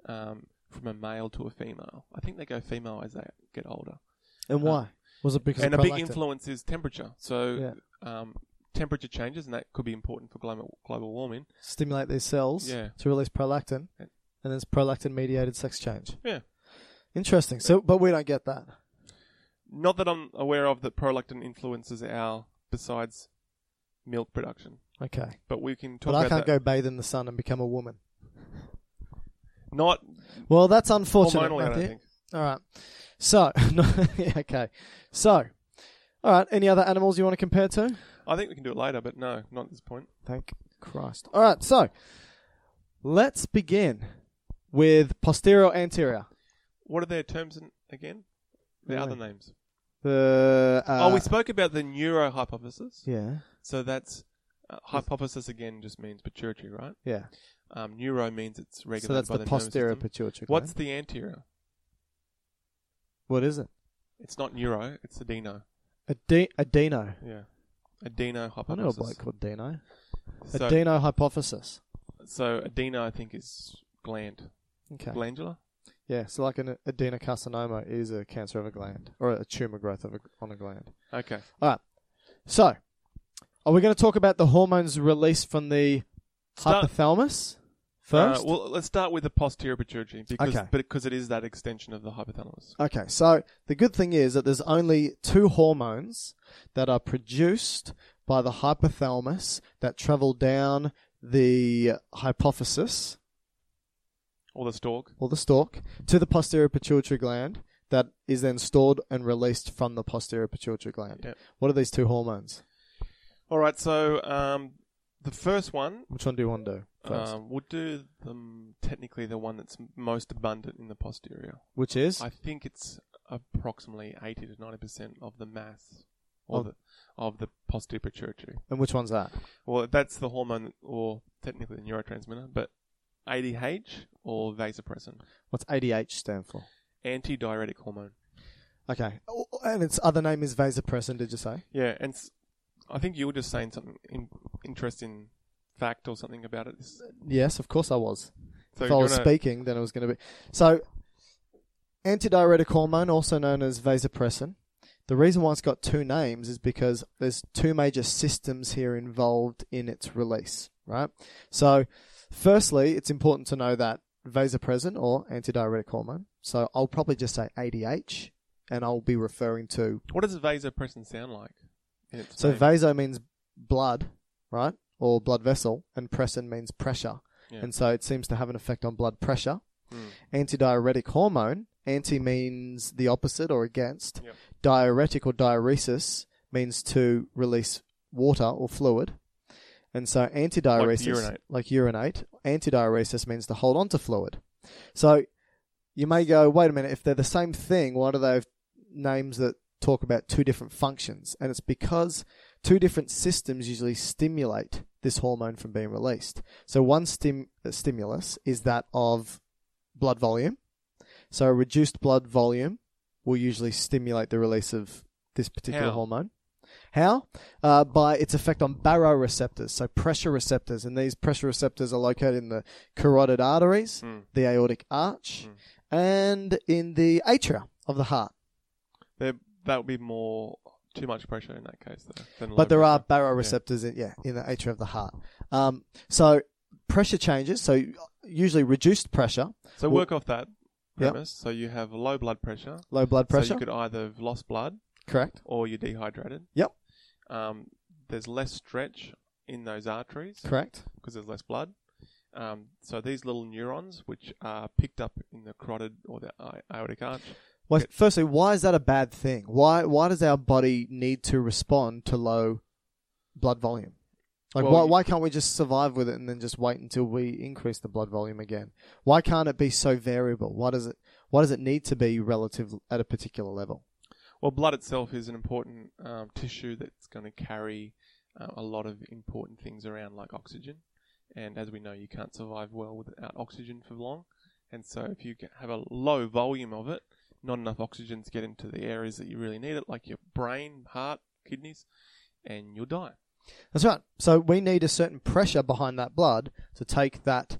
um, from a male to a female. I think they go female as they get older. And Uh, why? Was it because and a of big prolactin? influence is temperature. So um, temperature changes, and that could be important for global, global warming. stimulate these cells Yeah. to release prolactin, And- and then it's prolactin mediated sex change. Yeah. Interesting. So, but we don't get that. Not that I'm aware of that prolactin influences our besides milk production, Okay. but we can talk But I about can't that. go bathe in the sun and become a woman. Not Well, that's unfortunate. hormonally, I Matthew. don't think. All right. So, no, yeah, okay. So, all right. Any other animals you want to compare to? I think we can do it later, but no, not at this point. Thank Christ. All right. So, let's begin with posterior anterior. What are their terms in, again? The Yeah. other names. The uh, oh, we spoke about the neurohypothesis. yeah, So that's uh, hypothesis again just means pituitary, right? yeah. Um, neuro means it's So regulated that's the by the nervous posterior system. pituitary. gland. What's the anterior? what is it? It's not neuro, it's adeno. Ade- adeno. Yeah. Adeno I know a hypothesis. bloke called Dino. so, Adeno hypothesis. so adeno, I think, is gland. Okay. Glandular? Yeah, so like an adenocarcinoma is a cancer of a gland or a tumor growth of a, on a gland. Okay. All right. So, are we going to talk about the hormones released from the Start- hypothalamus first? Uh, well, let's start with the posterior pituitary because, Okay. because it is that extension of the hypothalamus. Okay, so the good thing is that there's only two hormones that are produced by the hypothalamus that travel down the hypophysis Or the stalk. or the stalk to the posterior pituitary gland that is then stored and released from the posterior pituitary gland. Yep. What are these two hormones? All right, so um, the first one Which one do you want to do first? um, would do them technically the one that's m- most abundant in the posterior. Which is I think it's approximately 80 to 90% of the mass or Of- the, of the posterior pituitary. and which one's that? Well, that's the hormone, or technically the neurotransmitter, but ADH or vasopressin, What's ADH stand for? antidiuretic hormone. Okay, Oh, and its other name is vasopressin. Did you say? Yeah, and s- I think you were just saying something in, interesting fact or something about it. This- Yes, of course I was. So if do I you was wanna- speaking, then it was going to be. So, antidiuretic hormone, also known as vasopressin. The reason why it's got two names is because there's two major systems here involved in its release, right? So, firstly, it's important to know that vasopressin or antidiuretic hormone. So, I'll probably just say ADH and I'll be referring to. What does vasopressin sound like? in its So, name? vaso means blood, right? Or blood vessel, and pressin means pressure. Yeah. And so, it seems to have an effect on blood pressure Mm. antidiuretic hormone. Anti means the opposite or against. Yep. Diuretic or diuresis means to release water or fluid. And so antidiuresis, urinate. like urinate, antidiuresis means to hold on to fluid. So you may go, wait a minute, if they're the same thing, why do they have names that talk about two different functions? And it's because two different systems usually stimulate this hormone from being released. So one stim- uh, stimulus is that of blood volume. So a reduced blood volume will usually stimulate the release of this particular How? hormone. How? Uh, by its effect on baroreceptors, so pressure receptors, and these pressure receptors are located in the carotid arteries, Mm. the aortic arch, Mm. and in the atria of the heart. There, that would be more too much pressure in that case, though. Than low but there are pressure. baroreceptors in yeah in the atria of the heart. Um, so pressure changes. So usually reduced pressure, Yeah. So Well- work off that Yep. premise. So you have low blood pressure. low blood So pressure. you could either have lost blood Correct. or you're dehydrated. Yep. Um, there's less stretch in those arteries Correct. because there's less blood. Um, so these little neurons, which are picked up in the carotid or the i- aortic arch, Well, firstly, why is that a bad thing? Why why does our body need to respond to low blood volume? Like Well, you- why why can't we just survive with it and then just wait until we increase the blood volume again? Why can't it be so variable? Why does it why does it need to be relative at a particular level? well, blood itself is an important um, tissue that's going to carry uh, a lot of important things around, like oxygen And as we know, you can't survive well without oxygen for long. And so, if you ca- have a low volume of it, not enough oxygen to get into the areas that you really need it, like your brain, heart, kidneys, and you'll die. That's right. So we need a certain pressure behind that blood to take that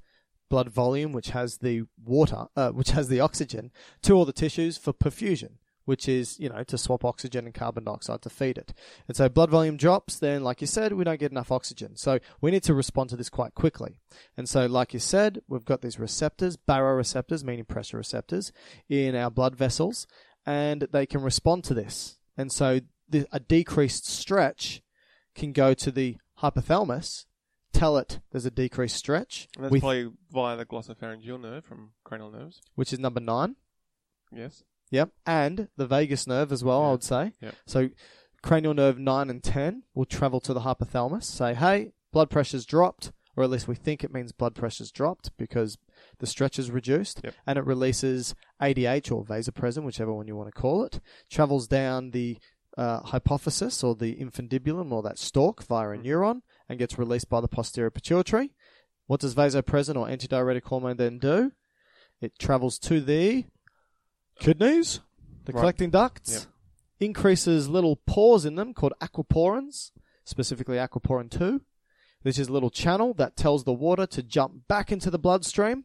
blood volume, which has the water, uh, which has the oxygen, to all the tissues for perfusion, which is you know to swap oxygen and carbon dioxide to feed it. And so blood volume drops. Then, like you said, we don't get enough oxygen. So we need to respond to this quite quickly. And so, like you said, we've got these receptors, baroreceptors, meaning pressure receptors, in our blood vessels, and they can respond to this. And so, the, a decreased stretch can go to the hypothalamus, tell it there's a decreased stretch, And that's with- probably via the glossopharyngeal nerve from cranial nerves. which is number nine. Yes. Yep, and the vagus nerve as well. Oh, I Yeah. would say. Yep. So, cranial nerve nine and ten will travel to the hypothalamus. Say, hey, blood pressure's dropped, or at least we think it means blood pressure's dropped because the stretch is reduced, Yep. and it releases ADH or vasopressin, whichever one you want to call it. Travels down the uh, hypophysis or the infundibulum or that stalk via Mm-hmm. a neuron and gets released by the posterior pituitary. What does vasopressin or antidiuretic hormone then do? It travels to the kidneys, the Right. collecting ducts, Yep. increases little pores in them called aquaporins, specifically aquaporin 2, which is a little channel that tells the water to jump back into the bloodstream,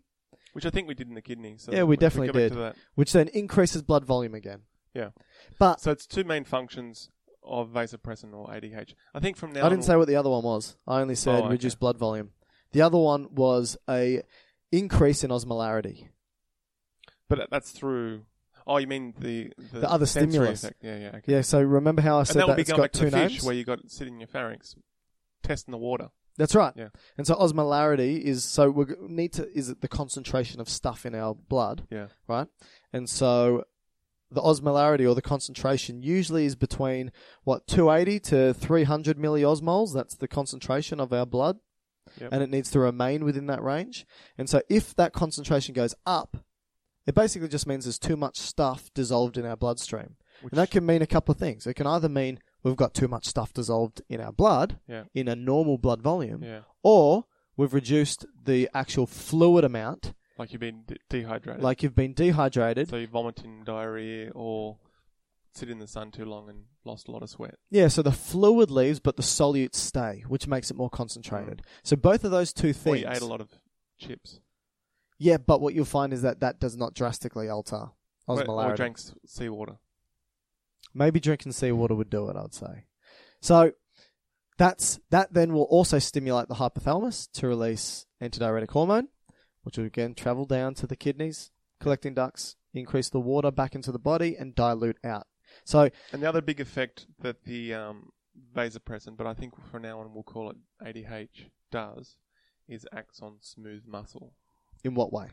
Which I think we did in the kidney. So Yeah, we if definitely go back did. To that. which then increases blood volume again. Yeah. But So it's two main functions of vasopressin or ADH. I think from now I on didn't say what the other one was. I only said Oh, okay. reduced blood volume. The other one was a increase in osmolarity. But that's through. Oh, you mean the the, The other sensory stimulus. Effect. Yeah, yeah. Okay. Yeah, so remember how I and said that would that, be it's going back got to two the fish names? where you got it sitting in your pharynx, testing the water. That's right. Yeah. And so osmolarity is so we need to is it the concentration of stuff in our blood, Yeah. right? And so the osmolarity or the concentration usually is between what 280 to 300 milliosmoles. That's the concentration of our blood, Yep. and it needs to remain within that range. And so if that concentration goes up, it basically just means there's too much stuff dissolved in our bloodstream. Which- And that can mean a couple of things. It can either mean we've got too much stuff dissolved in our blood, Yeah. in a normal blood volume, Yeah. or we've reduced the actual fluid amount, Like you've been de- dehydrated. like you've been dehydrated. so you vomiting, diarrhea, or sit in the sun too long and lost a lot of sweat. yeah, so the fluid leaves, but the solutes stay, which makes it more concentrated. So both of those two Or things. Hmm. you ate a lot of chips. Yeah, but what you'll find is that that does not drastically alter Or- osmolarity. Or drank s- seawater. Maybe drinking seawater would do it, I'd say. So that's that then will also stimulate the hypothalamus to release antidiuretic hormone, which will again travel down to the kidneys, collecting ducts, increase the water back into the body and dilute out. So And the other big effect that the um, vasopressin, but I think from now on we'll call it ADH, does is acts on smooth muscle. in what way?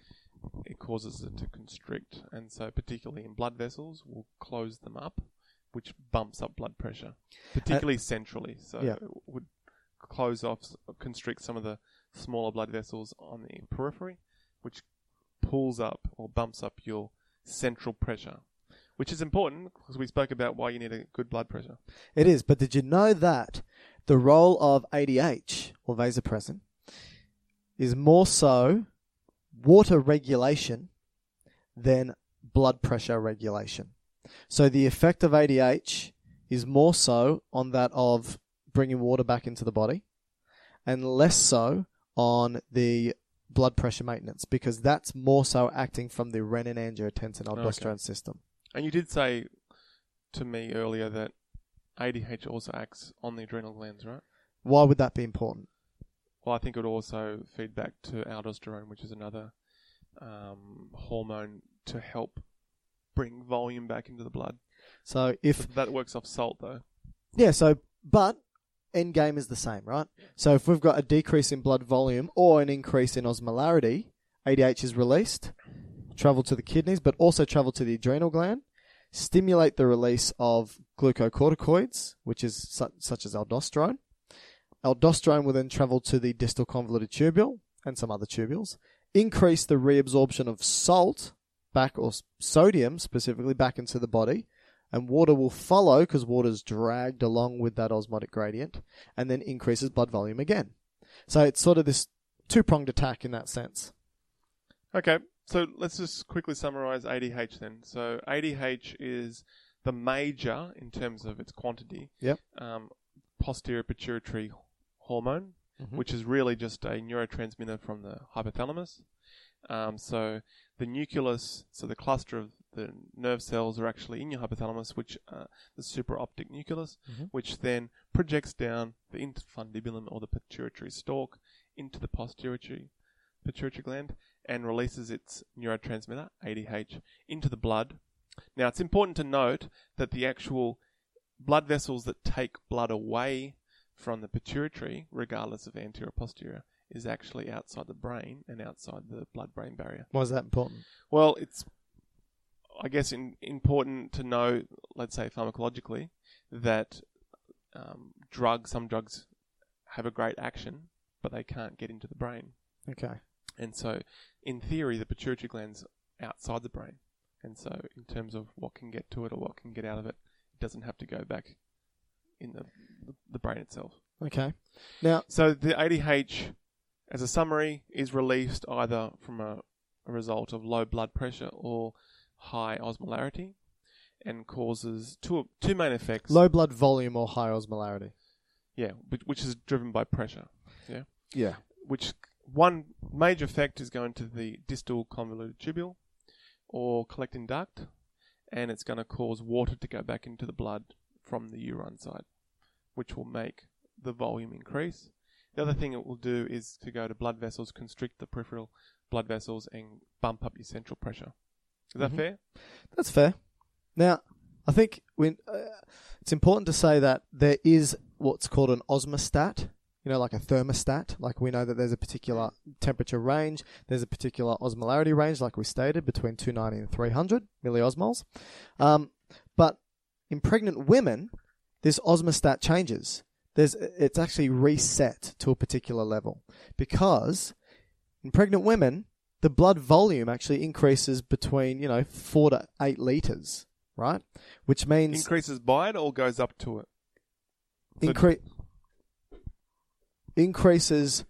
it causes it to constrict, and so particularly in blood vessels, will close them up, which bumps up blood pressure, particularly centrally. So Yeah. it would close off, s- constrict some of the smaller blood vessels on the periphery, which pulls up or bumps up your central pressure, which is important because we spoke about why you need a good blood pressure. It is, but did you know that the role of ADH or vasopressin is more so water regulation than blood pressure regulation. So the effect of ADH is more so on that of bringing water back into the body and less so on the blood pressure maintenance because that's more so acting from the renin angiotensin aldosterone system. And you did say to me earlier that ADH also acts on the adrenal glands, right? Why would that be important? Well, I think it would also feed back to aldosterone, which is another um, hormone to help bring volume back into the blood. So if But that works off salt, though. Yeah, so but end game is the same, right? So if we've got a decrease in blood volume or an increase in osmolarity, ADH is released, travel to the kidneys, but also travel to the adrenal gland, stimulate the release of glucocorticoids, which is su- such as aldosterone. Aldosterone will then travel to the distal convoluted tubule and some other tubules, increase the reabsorption of salt back or s- sodium specifically back into the body, and water will follow because water's dragged along with that osmotic gradient and then increases blood volume again. So it's sort of this two pronged attack in that sense. Okay, so let's just quickly summarize ADH then. So ADH is the major in terms of its quantity Yep. um, posterior pituitary hormone, Mhm. which is really just a neurotransmitter from the hypothalamus. Um, so the nucleus, so the cluster of the nerve cells are actually in your hypothalamus, which uh, the supraoptic nucleus, which then projects down the infundibulum or the pituitary stalk into the posterior pituitary gland and releases its neurotransmitter ADH into the blood. Now it's important to note that the actual blood vessels that take blood away from the pituitary, regardless of anterior or posterior, is actually outside the brain and outside the blood brain barrier. Why is that important? Well, it's, I guess, in, important to know, let's say pharmacologically, that um, drugs, some drugs have a great action, but they can't get into the brain. Okay. And so, in theory, the pituitary gland's outside the brain. And so, in terms of what can get to it or what can get out of it, it doesn't have to go back in the, the, the brain itself. Okay. Now, So, the ADH, as a summary, is released either from a, a result of low blood pressure or high osmolarity and causes two, two main effects. low blood volume or high osmolarity? Yeah, which- which is driven by pressure. Yeah. Yeah. which one major effect is going to the distal convoluted tubule or collecting duct, and it's going to cause water to go back into the blood from the urine side, which will make the volume increase. The other thing it will do is to go to blood vessels, constrict the peripheral blood vessels, and bump up your central pressure. Is that Mhm. fair? That's fair. Now, I think when, uh, it's important to say that there is what's called an osmostat, you know, like a thermostat. Like we know that there's a particular temperature range, there's a particular osmolarity range, like we stated, between 290 and 300 milliosmoles. Um, but in pregnant women, this osmostat changes. There's, it's actually reset to a particular level because in pregnant women, the blood volume actually increases between, you know, four to eight liters, right? Which means Increases by it or goes up to it? So- incre- increases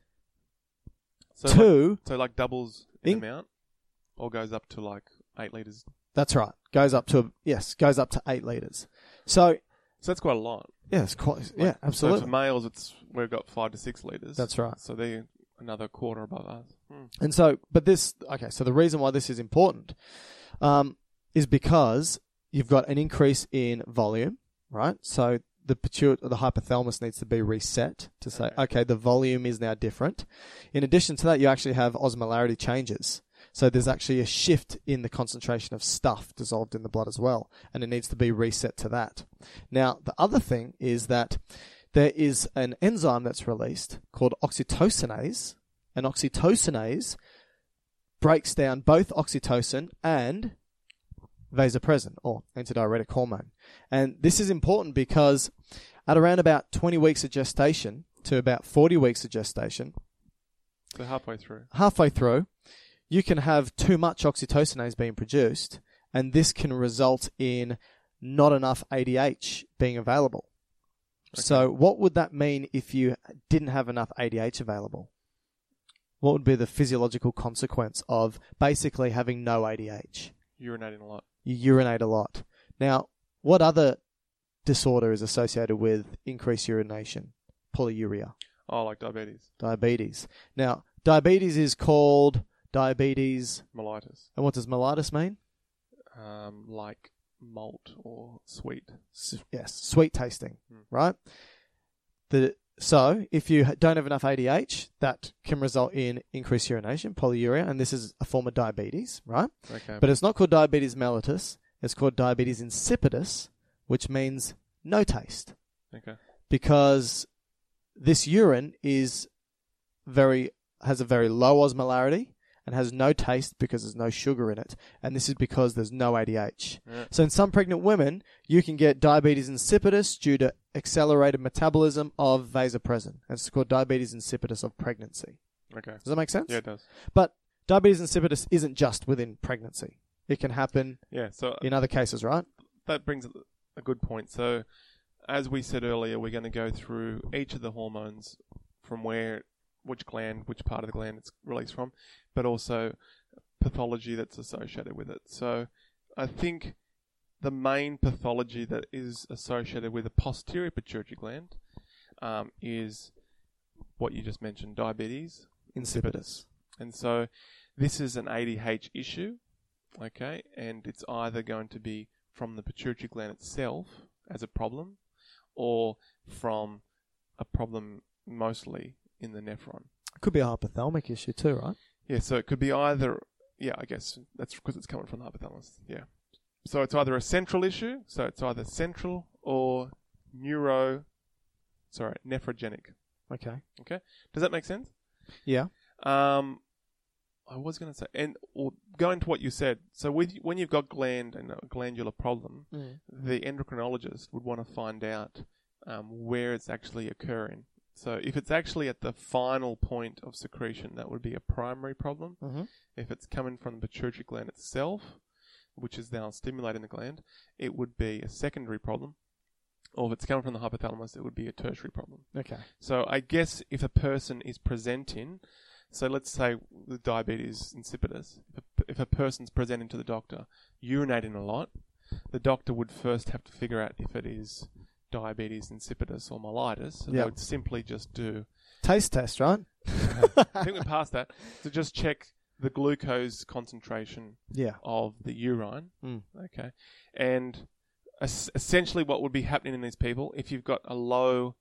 So Two. Like, so like doubles in In- amount or goes up to like 8 litres. that's right goes up to yes goes up to eight liters so So that's quite a lot. yeah it's quite Like, yeah absolutely So for males, it's we've got five to six liters. That's right. So they're another quarter above us. Hmm. And so, but this, okay, so the reason why this is important um, is because you've got an increase in volume, right? So the pituit, the hypothalamus needs to be reset to say, okay. Okay. the volume is now different. In addition to that, you actually have osmolarity changes. So there's actually a shift in the concentration of stuff dissolved in the blood as well, and it needs to be reset to that. Now, the other thing is that there is an enzyme that's released called oxytocinase, and oxytocinase breaks down both oxytocin and vasopressin or antidiuretic hormone. And this is important because at around about 20 weeks of gestation to about 40 weeks of gestation, So halfway through. halfway through, you can have too much oxytocinase being produced, and this can result in not enough ADH being available. So, what would that mean if you didn't have enough ADH available? What would be the physiological consequence of basically having no ADH? Urinating a lot. You urinate a lot. Now, what other disorder is associated with increased urination? Polyuria Oh, like diabetes, diabetes. Now, diabetes is called diabetes, mellitus, and what does mellitus mean? um, like malt or sweet. S- yes, sweet tasting, Hmm. right? The so if you ha- don't have enough ADH, that can result in increased urination, polyuria, and this is a form of diabetes, right? Okay. But it's not called diabetes mellitus; it's called diabetes insipidus, which means no taste. okay. because this urine is very has a very low osmolarity and has no taste because there's no sugar in it and this is because there's no ADH. Yeah. So in some pregnant women, you can get diabetes insipidus due to accelerated metabolism of vasopressin. And it's called diabetes insipidus of pregnancy. Okay. Does that make sense? Yeah, it does. But diabetes insipidus isn't just within pregnancy. It can happen Yeah. So in other cases, right? that brings up a good point. So, as we said earlier, we're going to go through each of the hormones from where which gland, which part of the gland it's released from, but also pathology that's associated with it. So I think the main pathology that is associated with a posterior pituitary gland um, is what you just mentioned, diabetes Insipidus. and so this is an ADH issue, okay, and it's either going to be from the pituitary gland itself as a problem or from a problem mostly in the nephron. Could be a hypothalamic issue too, right? Yeah, so it could be either, yeah, I guess that's because it's coming from the hypothalamus, yeah. So it's either a central issue, so it's either central or neuro, sorry, nephrogenic. Okay. Okay, does that make sense? Yeah. Um, I was going to say, and or going to what you said. So with when you've got gland and a glandular problem, the endocrinologist would want to find out um, where it's actually occurring. So if it's actually at the final point of secretion, that would be a primary problem. Mhm. If it's coming from the pituitary gland itself, which is now stimulating the gland, it would be a secondary problem. Or if it's coming from the hypothalamus, it would be a tertiary problem. Okay. So I guess if a person is presenting, so let's say with diabetes insipidus, if a, if a person's presenting to the doctor urinating a lot, the doctor would first have to figure out if it is diabetes insipidus or mellitus. So they Yeah. would simply just do. Taste test, right? I think we're past that. So just check the glucose concentration Yeah. of the urine. Mm. Okay. And es- essentially, what would be happening in these people, if you've got a low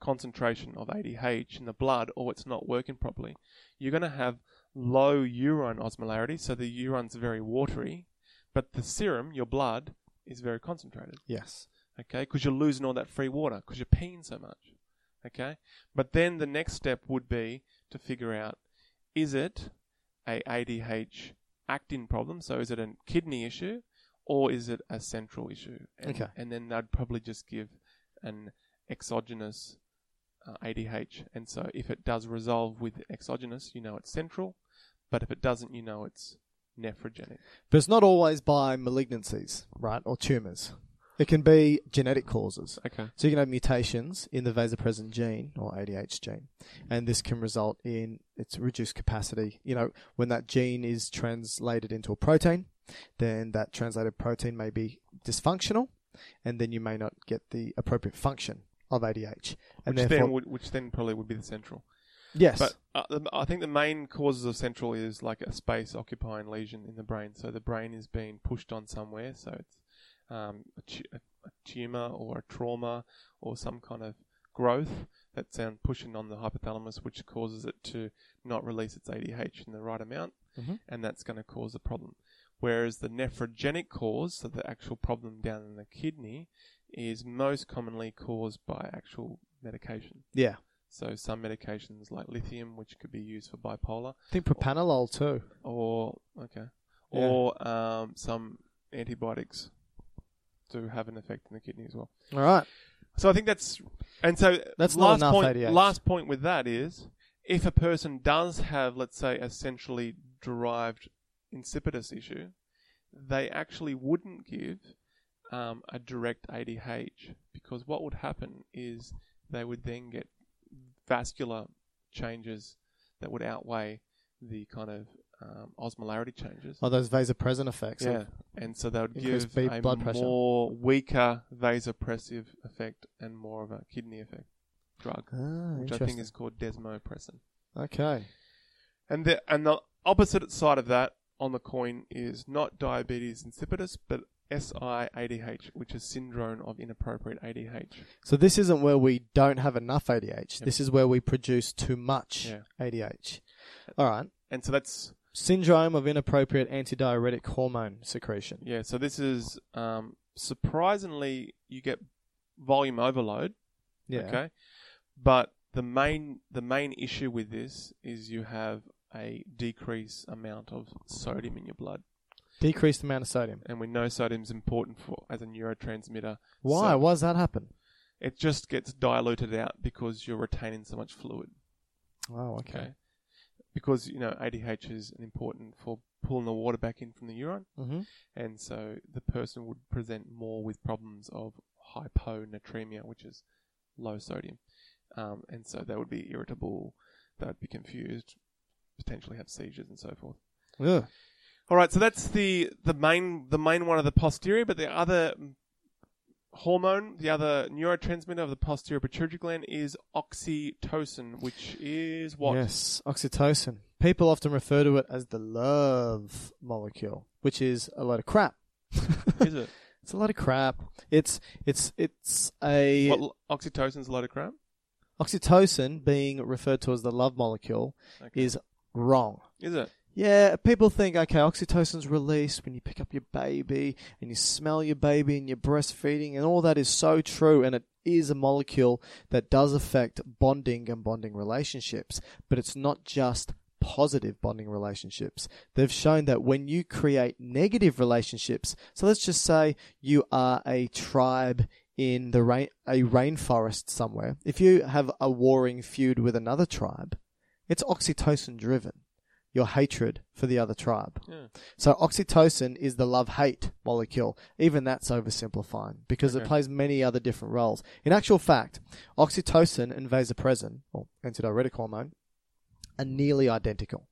concentration of ADH in the blood or it's not working properly, you're going to have low urine osmolarity. So the urine's very watery, but the serum, your blood, is very concentrated. Yes. Okay. Because you're losing all that free water because you're peeing so much. Okay. But then the next step would be to figure out is it a ADH actin problem? So is it a kidney issue or is it a central issue? And, Okay. And then they'd probably just give an exogenous uh, ADH. And so if it does resolve with exogenous, you know it's central. But if it doesn't, you know it's nephrogenic. But it's not always by malignancies, right, or tumors. It can be genetic causes. Okay. So you can have mutations in the vasopressin gene or ADH gene, and this can result in its reduced capacity. You know, when that gene is translated into a protein, then that translated protein may be dysfunctional, and then you may not get the appropriate function of ADH. And therefore, Which then, would, which then probably would be the central. yes, But uh, the- I think the main causes of central is like a space occupying lesion in the brain. So the brain is being pushed on somewhere. So it's um, a, tu- a a tumor or a trauma or some kind of growth that's um, pushing on the hypothalamus, which causes it to not release its ADH in the right amount, Mhm. and that's going to cause a problem. Whereas the nephrogenic cause, so the actual problem down in the kidney, is most commonly caused by actual medication. yeah, So some medications like lithium, which could be used for bipolar, I think propanolol too. or okay, Yeah. or um, some antibiotics do have an effect on the kidney as well. All right, So I think that's and so That's not last enough point. ADH. Last point with that is if a person does have, let's say, a centrally derived insipidus issue, they actually wouldn't give um, a direct ADH because what would happen is they would then get vascular changes that would outweigh the kind of um, osmolarity changes. oh, those vasopressin effects. Yeah, and so they would Increase give B- a blood pressure. more weaker vasopressive effect and more of a kidney effect drug, Ah, which I think is called desmopressin. okay. And the and the opposite side of that on the coin is not diabetes insipidus, but SIADH, which is syndrome of inappropriate ADH. So this isn't where we don't have enough ADH. Yep. This is where we produce too much Yeah. ADH. All right. And so that's Syndrome of inappropriate antidiuretic hormone secretion. yeah. So this is um, surprisingly you get volume overload. Yeah. Okay. But the main the main issue with this is you have a decreased amount of sodium in your blood, Decreased amount of sodium. and we know sodium is important for as a neurotransmitter. Why? So Why does that happen? It just gets diluted out because you're retaining so much fluid. Oh, okay. Okay. Because you know ADH is important for pulling the water back in from the urine, Mm-hmm. and so the person would present more with problems of hyponatremia, which is low sodium, um, and so they would be irritable, they'd be confused, potentially have seizures and so forth. Ugh. All right, so that's the the main the main one of the posterior, but the other hormone, the other neurotransmitter of the posterior pituitary gland is oxytocin, which is what? Yes, oxytocin. People often refer to it as the love molecule, which is a load of crap. Is it? It's a load of crap. It's it's it's a What l- oxytocin's a load of crap? oxytocin being referred to as the love molecule Okay. is wrong. Is it? Yeah, people think okay, oxytocin's released when you pick up your baby and you smell your baby and you're breastfeeding, and all that is so true, and it is a molecule that does affect bonding and bonding relationships, but it's not just positive bonding relationships. They've shown that when you create negative relationships, so let's just say you are a tribe in the rain, a rainforest somewhere. If you have a warring feud with another tribe, it's oxytocin driven your hatred for the other tribe. Yeah. So oxytocin is the love hate molecule. Even that's oversimplifying because it Okay. plays many other different roles. In actual fact, oxytocin and vasopressin, or antidiuretic hormone, are nearly identical.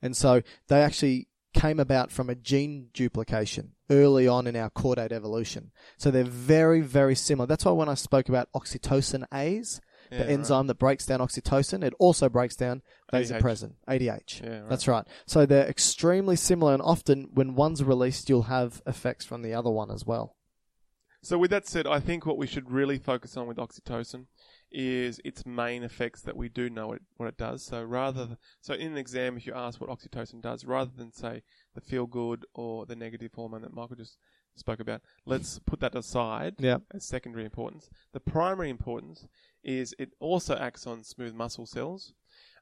And so they actually came about from a gene duplication early on in our chordate evolution. So they're very, very similar. That's why when I spoke about oxytocin A's, Yeah, the right. enzyme that breaks down oxytocin, it also breaks down ADH. vasopressin, ADH. Yeah, right. That's right. So they're extremely similar, and often when one's released, you'll have effects from the other one as well. So with that said, I think what we should really focus on with oxytocin is its main effects that we do know it, what it does. So rather, th- so in an exam, if you ask what oxytocin does, rather than say the feel good or the negative hormone that Michael just spoke about, let's put that aside Yeah. as secondary importance. The primary importance is it also acts on smooth muscle cells.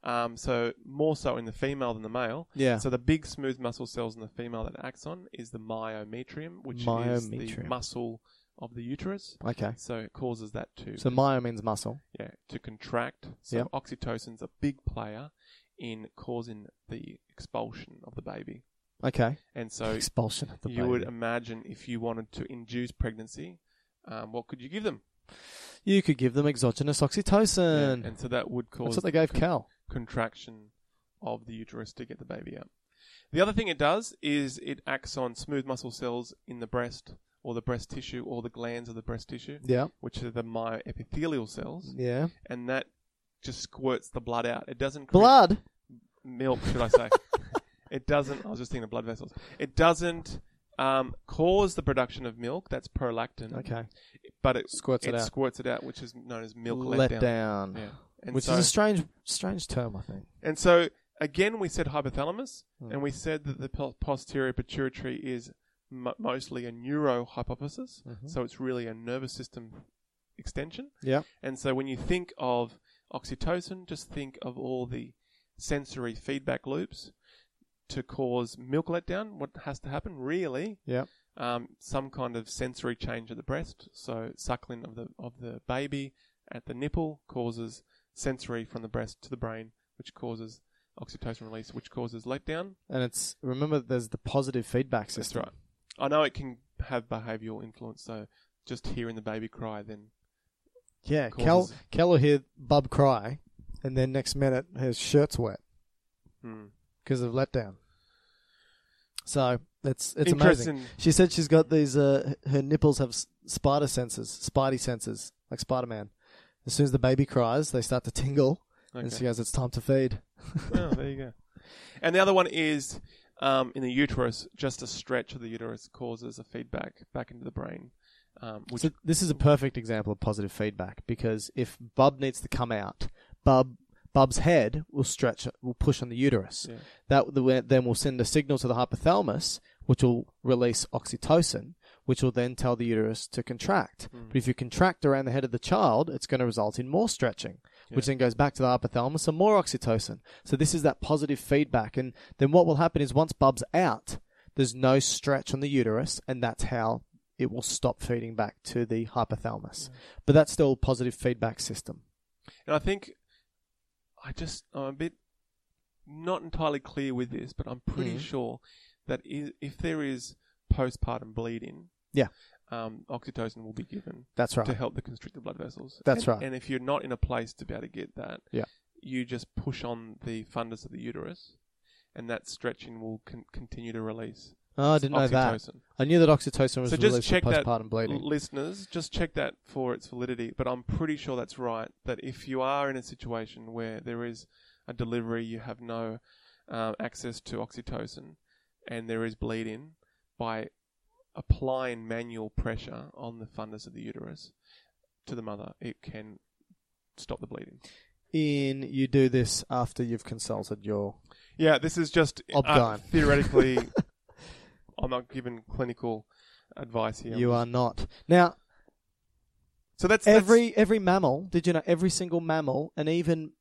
Um, so more so in the female than the male. Yeah. So the big smooth muscle cells in the female that it acts on is the myometrium, which is the Myometrium. muscle of the uterus. Okay. So it causes that to So myo means muscle. yeah to contract. So Yep. oxytocin's a big player in causing the expulsion of the baby. Okay. And so Expulsion of the you baby. would imagine if you wanted to induce pregnancy, um, what could you give them? You could give them exogenous Yeah, oxytocin. and so that would cause That's what they gave con- Cal. contraction of the uterus to get the baby out. The other thing it does is it acts on smooth muscle cells in the breast or the breast tissue or the glands of the breast tissue, Yeah. which are the myoepithelial cells, Yeah. and that just squirts the blood out. It doesn't create Blood. milk, should I say? it doesn't. I was just thinking of blood vessels. It doesn't um, cause the production of milk. That's prolactin. Okay. but it Squirts it out. Squirts it out, which is known as milk Let letdown. down. Yeah. And Which so, is a strange, strange term, I think. and so again, we said hypothalamus, and we said that the po- posterior pituitary is m- mostly a neurohypothesis, so it's really a nervous system extension. Yeah. And so when you think of oxytocin, just think of all the sensory feedback loops to cause milk letdown. What has to happen really? Yeah. Um, some kind of sensory change at the breast, so suckling of the of the baby at the nipple causes sensory from the breast to the brain, which causes oxytocin release, which causes letdown. And it's remember, there's the positive feedback That's system. right. I know it can have behavioural influence, so just hearing the baby cry, then Yeah, causes- Cal, Cal will hear Bub cry, and then next minute his shirt's wet hmm. because of letdown. So it's it's amazing. Interesting. She said she's got these. Uh, her nipples have s- spider senses, Spidey senses, like Spider Man. As soon as the baby cries, they start to tingle, and Okay. she goes, "It's time to feed." oh, there you go. And the other one is um, in the uterus, just a stretch of the uterus causes a feedback back into the brain, um, which so this is a perfect example of positive feedback because if Bub needs to come out, Bub Bub's head will stretch, will push on the uterus. Yeah. That the- then will send a signal to the hypothalamus, which will release oxytocin, which will then tell the uterus to contract. Hmm. But if you contract around the head of the child, it's going to result in more stretching, which Yeah. then goes back to the hypothalamus and more oxytocin. So this is that positive feedback. And then what will happen is once Bub's out, there's no stretch on the uterus, and that's how it will stop feeding back to the hypothalamus. But that's still a positive feedback system. And I think I just I'm a bit not entirely clear with this, but I'm pretty Mhm. sure that i if there is postpartum bleeding, Yeah, um, oxytocin will be given that's to right. help to constrict the blood vessels. That's And- right. And if you're not in a place to be able to get that, Yeah. you just push on the fundus of the uterus, and that stretching will con- continue to release. Oh, I didn't know that. Oxytocin. I knew that oxytocin was So released just check for that, postpartum bleeding. l- listeners. Just check that for its validity. But I'm pretty sure that's right. That if you are in a situation where there is a delivery, you have no uh, access to oxytocin, and there is bleeding, by applying manual pressure on the fundus of the uterus to the mother, it can stop the bleeding. In you do this after you've consulted your. Yeah, this is just uh, Obgyn. theoretically. I'm not giving clinical advice here. You are not now. So that's that's- every every mammal. Did you know every single mammal and even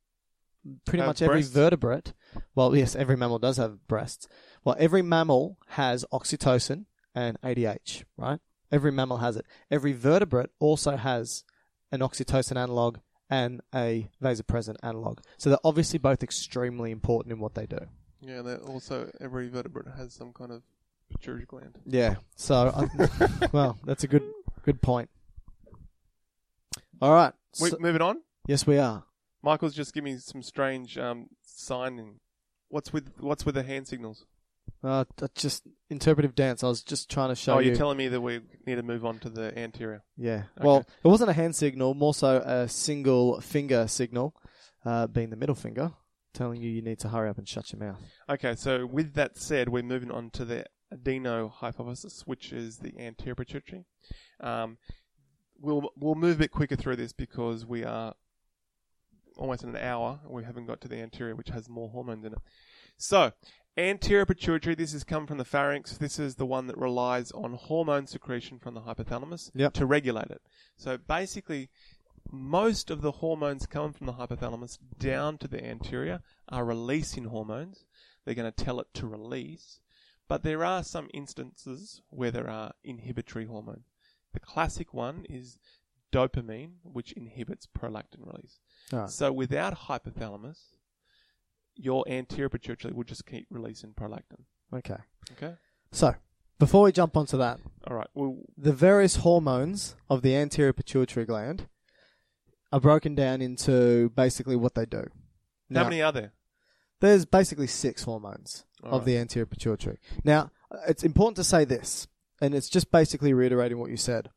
pretty Have much every breasts? vertebrate? Well, yes, every mammal does have breasts. Well, every mammal has oxytocin and ADH, right? Every mammal has it. Every vertebrate also has an oxytocin analog and a vasopressin analog. So they're obviously both extremely important in what they do. Yeah, that also every vertebrate has some kind of pituitary gland. Yeah. So, I, well, that's a good good point. All right. Wait, so- moving on. yes, we are. Michael's just giving me some strange um, signing. What's with what's with the hand signals? Uh, that's just interpretive dance. I was just trying to show oh, you. you're telling me that we need to move on to the anterior. yeah. Okay. Well, it wasn't a hand signal, more so a single finger signal, uh, being the middle finger, telling you you need to hurry up and shut your mouth. Okay, so with that said, we're moving on to the adeno hypothesis, which is the anterior pituitary. Um, we'll we'll move a bit quicker through this because we are almost in an hour. and We haven't got to the anterior, which has more hormones in it. So, anterior pituitary. This has come from the pharynx. This is the one that relies on hormone secretion from the hypothalamus Yep. to regulate it. So basically, most of the hormones coming from the hypothalamus down to the anterior are releasing hormones. They're going to tell it to release. But there are some instances where there are inhibitory hormones. The classic one is dopamine, which inhibits prolactin release. All right. So without hypothalamus, your anterior pituitary will just keep releasing prolactin. Okay. Okay? So, before we jump onto that, All right. Well, the various hormones of the anterior pituitary gland are broken down into basically what they do. Now- how many are there? There's basically six hormones All of right. the anterior pituitary. Now, it's important to say this, and it's just basically reiterating what you said.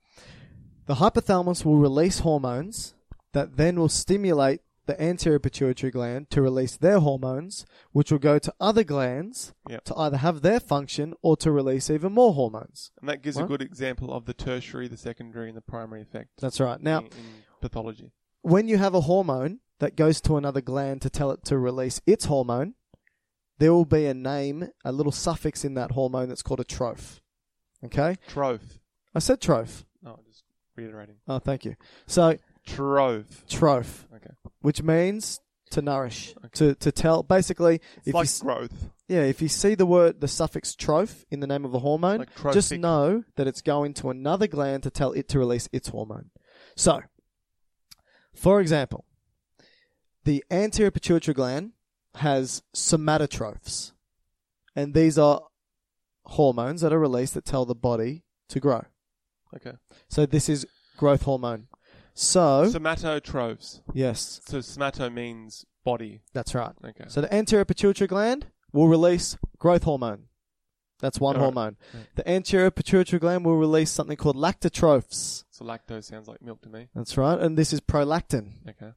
The hypothalamus will release hormones that then will stimulate the anterior pituitary gland to release their hormones, which will go to other glands Yep. to either have their function or to release even more hormones. And that gives a What? good example of the tertiary, the secondary, and the primary effect That's right. Now, in, in pathology. when you have a hormone that goes to another gland to tell it to release its hormone, there will be a name, a little suffix in that hormone that's called a troph. Okay? Trove. I said troph. No, I'm just reiterating. Oh, thank you. So, Trove. troph, Okay. which means to nourish, Okay. to, to tell. Basically, if It's you, like s- growth. yeah, if you see the word, the suffix troph in the name of a hormone, Like trophic. just know that it's going to another gland to tell it to release its hormone. So, for example, the anterior pituitary gland has somatotrophs, and these are hormones that are released that tell the body to grow. Okay. So this is growth hormone. So, Somatotrophs. yes, So somato means body. that's right. Okay. So the anterior pituitary gland will release growth hormone. That's one All right. hormone. Right. The anterior pituitary gland will release something called lactotrophs. So lactose sounds like milk to me. That's right, and this is prolactin. Okay.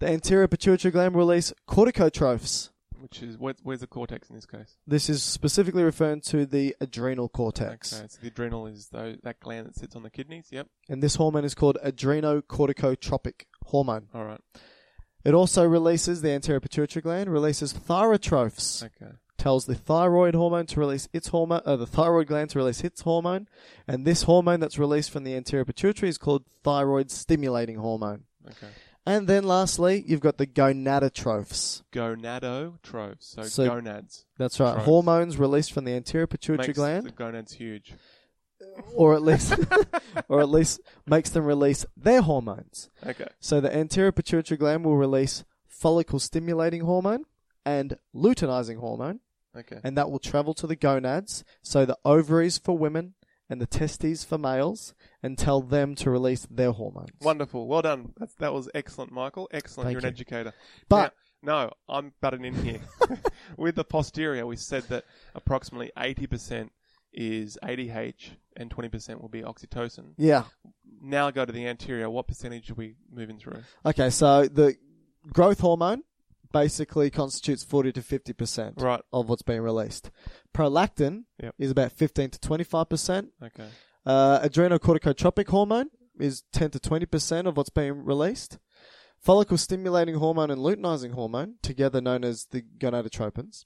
The anterior pituitary gland will release corticotrophs. Which is where, where's the cortex in this case? This is specifically referring to the adrenal cortex. Okay. So the adrenal is tho- that gland that sits on the kidneys. Yep. And this hormone is called adrenocorticotropic hormone. All right. It also releases, the anterior pituitary gland releases thyrotrophs. Okay. tells the thyroid hormone to release its hormone, uh, the thyroid gland to release its hormone, and this hormone that's released from the anterior pituitary is called thyroid stimulating hormone. Okay. And then lastly, you've got the gonadotrophs. Gonadotrophs. So, So- gonads. That's right, Trophs. hormones released from the anterior pituitary Makes gland, The gonads huge. or at least, or at least makes them release their hormones. Okay. So the anterior pituitary gland will release follicle stimulating hormone and luteinizing hormone. Okay. and that will travel to the gonads, so the ovaries for women and the testes for males, and tell them to release their hormones. Wonderful. Well done. That's, that was excellent, Michael. Excellent. Thank You're an you. educator. But- No, I'm butting in here. With the posterior, we said that approximately 80% is ADH and 20% will be oxytocin. Yeah. Now go to the anterior. What percentage are we moving through? Okay, so the growth hormone basically constitutes 40 to 50% Right. of what's being released. Prolactin Yep. is about 15 to 25%. Okay. Uh, adrenocorticotropic hormone is 10 to 20% of what's being released. Follicle stimulating hormone and luteinizing hormone, together known as the gonadotropins,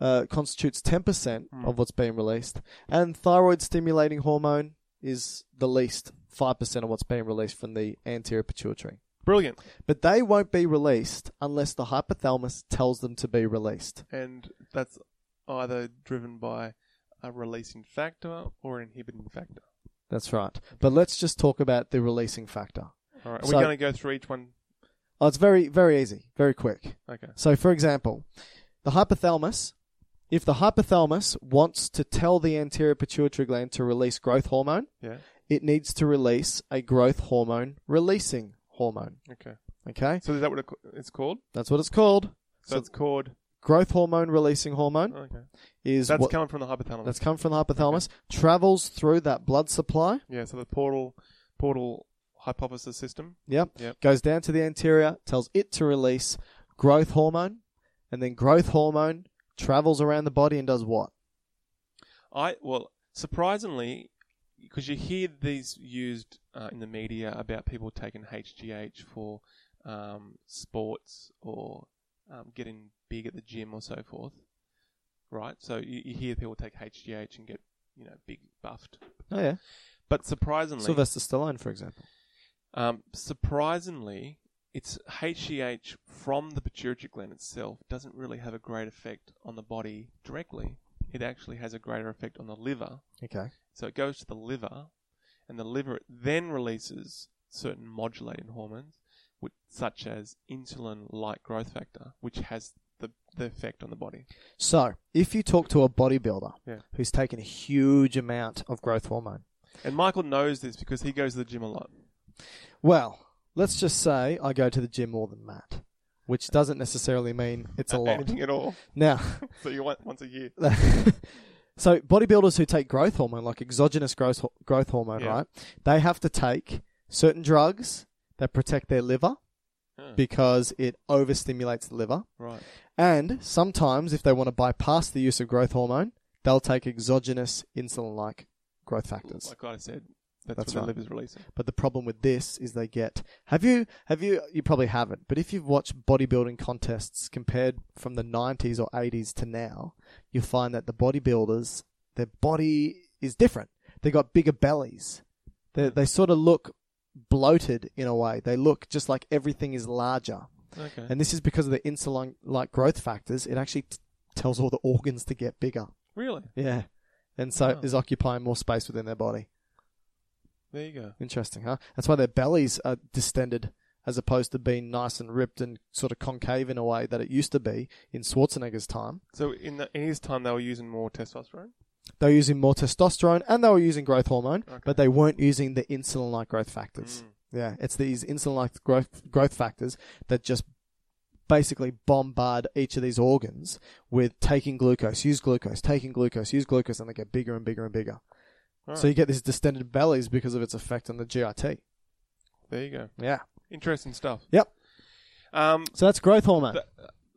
uh, constitutes 10% of what's being released. And thyroid stimulating hormone is the least, 5% of what's being released from the anterior pituitary. Brilliant. But they won't be released unless the hypothalamus tells them to be released. And that's either driven by a releasing factor or an inhibiting factor. That's right. But let's just talk about the releasing factor. All right. Are So- we going to go through each one? Oh, it's very, very easy, very quick. Okay. So, for example, the hypothalamus, if the hypothalamus wants to tell the anterior pituitary gland to release growth hormone, Yeah. it needs to release a growth hormone releasing hormone. Okay. Okay? So is that what it c- it's called? That's what it's called. So, it's called. growth hormone releasing hormone Okay. is That's what, coming from the hypothalamus. that's come from the hypothalamus, travels through that blood supply, yeah. So the portal, portal hypothesis system. yep, Yep. goes down to the anterior, tells it to release growth hormone, and then growth hormone travels around the body and does what? I well, surprisingly, because you hear these used uh, in the media about people taking HGH for um, sports or um, getting big at the gym or so forth, right? So you, you hear people take HGH and get you know big buffed, Oh yeah. but surprisingly, Sylvester Stallone, for example. um, surprisingly, it's HGH from the pituitary gland itself doesn't really have a great effect on the body directly. It actually has a greater effect on the liver. Okay. So it goes to the liver, and the liver then releases certain modulating hormones, which, such as insulin-like growth factor, which has the, the effect on the body. So, if you talk to a bodybuilder Yeah. who's taken a huge amount of growth hormone, And Michael knows this because he goes to the gym a lot. well, let's just say I go to the gym more than Matt, which doesn't necessarily mean it's a lot. Anything at all. Now, So you want once a year. so bodybuilders who take growth hormone, like exogenous growth, ho- growth hormone, Yeah. right? They have to take certain drugs that protect their liver Huh. because it overstimulates the liver. Right. And sometimes, if they want to bypass the use of growth hormone, they'll take exogenous insulin like growth factors. Like I said, that's, That's what right. the liver's releasing. But the problem with this is they get. Have you? Have you? You probably haven't. But if you've watched bodybuilding contests compared from the 90s or 80s to now, you'll find that the bodybuilders, their body is different. They got bigger bellies. They they sort of look bloated in a way. They look just like everything is larger. Okay. And this is because of the insulin-like growth factors. It actually t- tells all the organs to get bigger. really? Yeah. And so Wow. is occupying more space within their body. There you go. Interesting, huh? That's why their bellies are distended as opposed to being nice and ripped and sort of concave in a way that it used to be in Schwarzenegger's time. So in, the, in his time, they were using more testosterone. They were using more testosterone and they were using growth hormone, Okay. but they weren't using the insulin-like growth factors. Mm. Yeah, it's these insulin-like growth growth factors that just basically bombard each of these organs with taking glucose, use glucose, taking glucose, use glucose, and they get bigger and bigger and bigger. All So you right. get these distended bellies because of its effect on the GIT. there you go. Yeah. Interesting stuff. Yep. Um, So that's growth hormone. Th-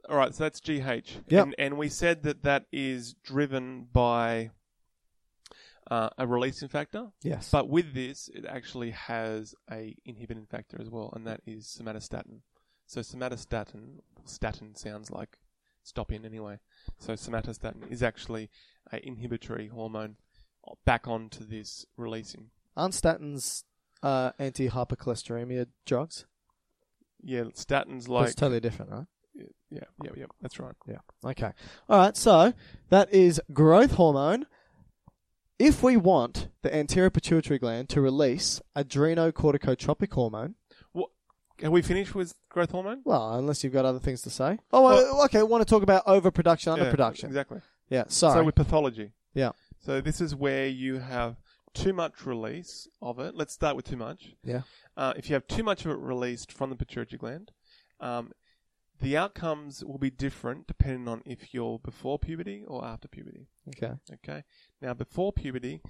all right, so that's GH. Yep. And, and we said that that is driven by uh, a releasing factor, yes. but with this, it actually has a inhibiting factor as well, and that is somatostatin. So somatostatin, statin sounds like stopping anyway. So somatostatin is actually a inhibitory hormone back onto this releasing. Aren't statins uh, anti-hypercholesteremia drugs? Yeah, statins That's like totally different, right? yeah, yeah, yeah. That's right. Yeah. Okay. All right. So that is growth hormone. If we want the anterior pituitary gland to release adrenocorticotropic hormone, What? Have we finished with growth hormone? well, unless you've got other things to say. Oh, Well- uh, okay. Want to talk about overproduction, Yeah, underproduction? exactly. Yeah. Sorry. So with pathology. yeah. So this is where you have too much release of it. Let's start with too much. Yeah. Uh, if you have too much of it released from the pituitary gland, um, The outcomes will be different depending on if you're before puberty or after puberty. Okay. Okay. Now, before puberty,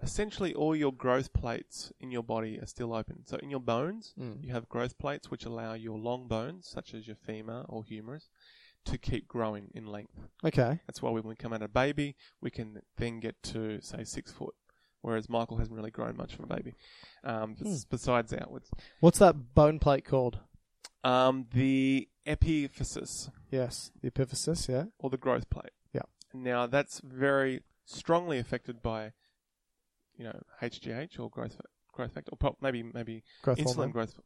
essentially all your growth plates in your body are still open. So, in your bones, Mm. you have growth plates which allow your long bones, such as your femur or humerus, to keep growing in length. Okay. That's why when we come out of baby, we can then get to say six foot, whereas Michael hasn't really grown much from baby. Um, bes- Besides outwards, What's that bone plate called? um, the epiphysis Yes, the epiphysis. Yeah. or the growth plate. Yeah. Now that's very strongly affected by, you know, HGH or growth fa- growth factor, or pro- maybe maybe Growth insulin hormone. growth,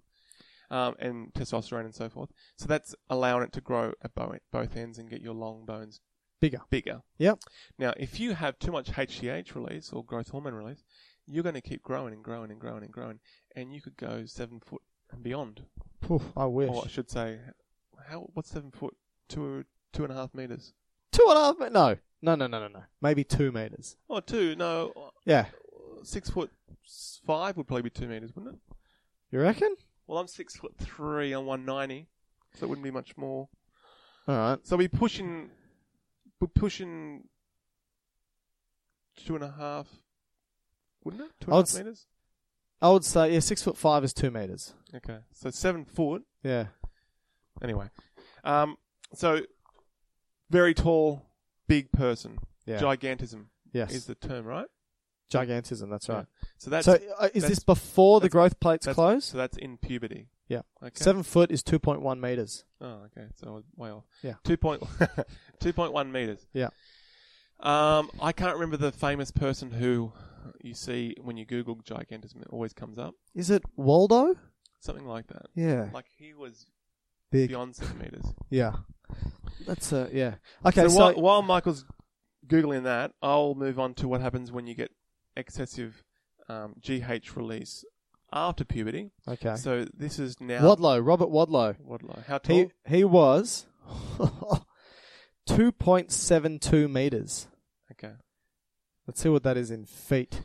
um, and testosterone and so forth. So that's allowing it to grow at bo- both ends and get your long bones Bigger. bigger. Yep. Now, if you have too much HGH release or growth hormone release, you're going to keep growing and growing and growing and growing, and you could go seven foot and beyond. Poof, I wish. Or Oh, I should say, how what's seven foot? Two two and a half meters? Two and a half. me- No. No. No. No. No. No. Maybe two meters. Oh, two? No, Yeah. six foot s- five would probably be two meters, wouldn't it? You reckon? Well, I'm six foot three and one ninety, so it wouldn't be much more. All right. So we pushing, we're pushing two and a half, wouldn't it? Two and I'd a s- half meters. I would say yeah, six foot five is two meters. Okay, so seven foot. Yeah. Anyway, um, so very tall, big person. Yeah. Gigantism Yes. is the term, right? Gigantism. That's right. Yeah. So that's so uh, is that's- this before the that's- growth plates that's- close? So that's in puberty. yeah. Okay. Seven foot is two point one meters. Oh, okay. So I was way off. Yeah. Two point two point one meters. Yeah. Um, I can't remember the famous person who you see when you Google gigantism. It always comes up. Is it Waldo? Something like that. Yeah. Like he was Big. beyond seven meters. Yeah. That's uh yeah. Okay. so, So, while, while Michael's googling that, I'll move on to what happens when you get excessive um, GH release after puberty. okay. So this is now Wadlow, Robert Wadlow. Wadlow. How tall? He he was two point seven two meters. Okay. Let's see what that is in feet.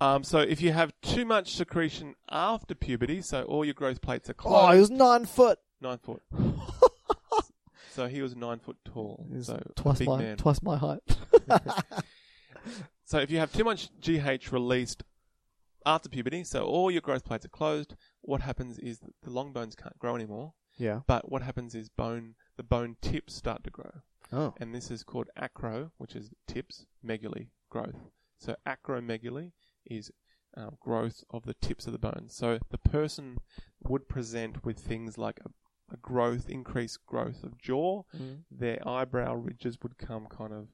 Um, so if you have too much secretion after puberty, so all your growth plates are closed, Oh, he was nine foot. nine foot. So he was nine foot tall. He's So a twice big my man. twice my height. So if you have too much GH released after puberty, so all your growth plates are closed, what happens is that the long bones can't grow anymore. yeah. But what happens is bone the bone tips start to grow. Oh. And this is called acro, which is tips, megaly, growth. So acromegaly is um, growth of the tips of the bones. So the person would present with things like a, a growth, increased growth of jaw. Mm-hmm. Their eyebrow ridges would come kind of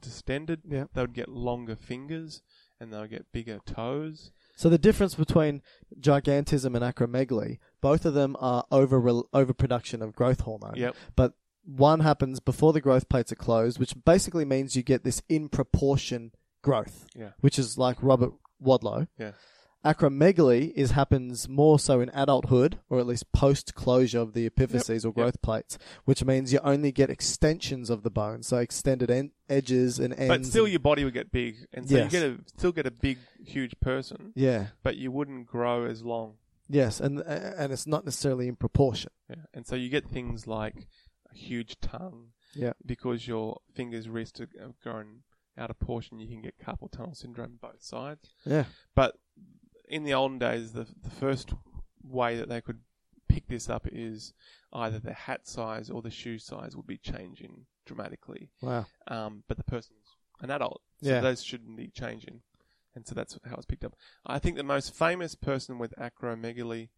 distended. Yeah. They would get longer fingers and they would get bigger toes. So the difference between gigantism and acromegaly, both of them are over overproduction of growth hormone. Yep. But one happens before the growth plates are closed, which basically means you get this in proportion growth, Yeah. which is like Robert Wadlow. Yeah. Acromegaly is happens more so in adulthood, or at least post closure of the epiphyses or Yep. growth plates, which means you only get extensions of the bone, so extended en- edges and ends. But still and- your body would get big and so Yes. you get a still get a big huge person, yeah, but you wouldn't grow as long. yes, and and it's not necessarily in proportion. Yeah. And so you get things like a huge tongue Yeah. because your fingers, uh, wrists are are going out of portion. You can get carpal tunnel syndrome both sides. Yeah. But in the olden days, the, the first way that they could pick this up is either the hat size or the shoe size would be changing dramatically. Wow. Um, but the person's an adult, so Yeah. those shouldn't be changing. And so that's how it's picked up. I think the most famous person with acromegaly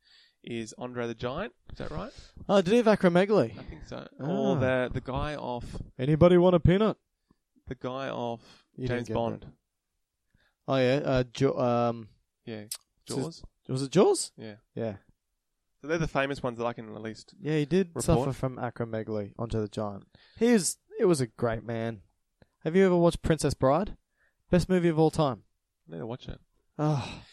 is Andre the Giant. Is that right? Oh, did he have acromegaly? I think so. Or Ah. the the guy off Anybody want a peanut? the guy off You didn't James get Bond. Oh yeah. Uh, jo- um, Yeah, This is- Jaws. was it Jaws? Yeah, Yeah. so they're the famous ones that I can at least. Yeah, he did Report. suffer from acromegaly. Onto the giant. He was. It was a great man. Have you ever watched Princess Bride? Best movie of all time. I need to watch it. Ah. Oh,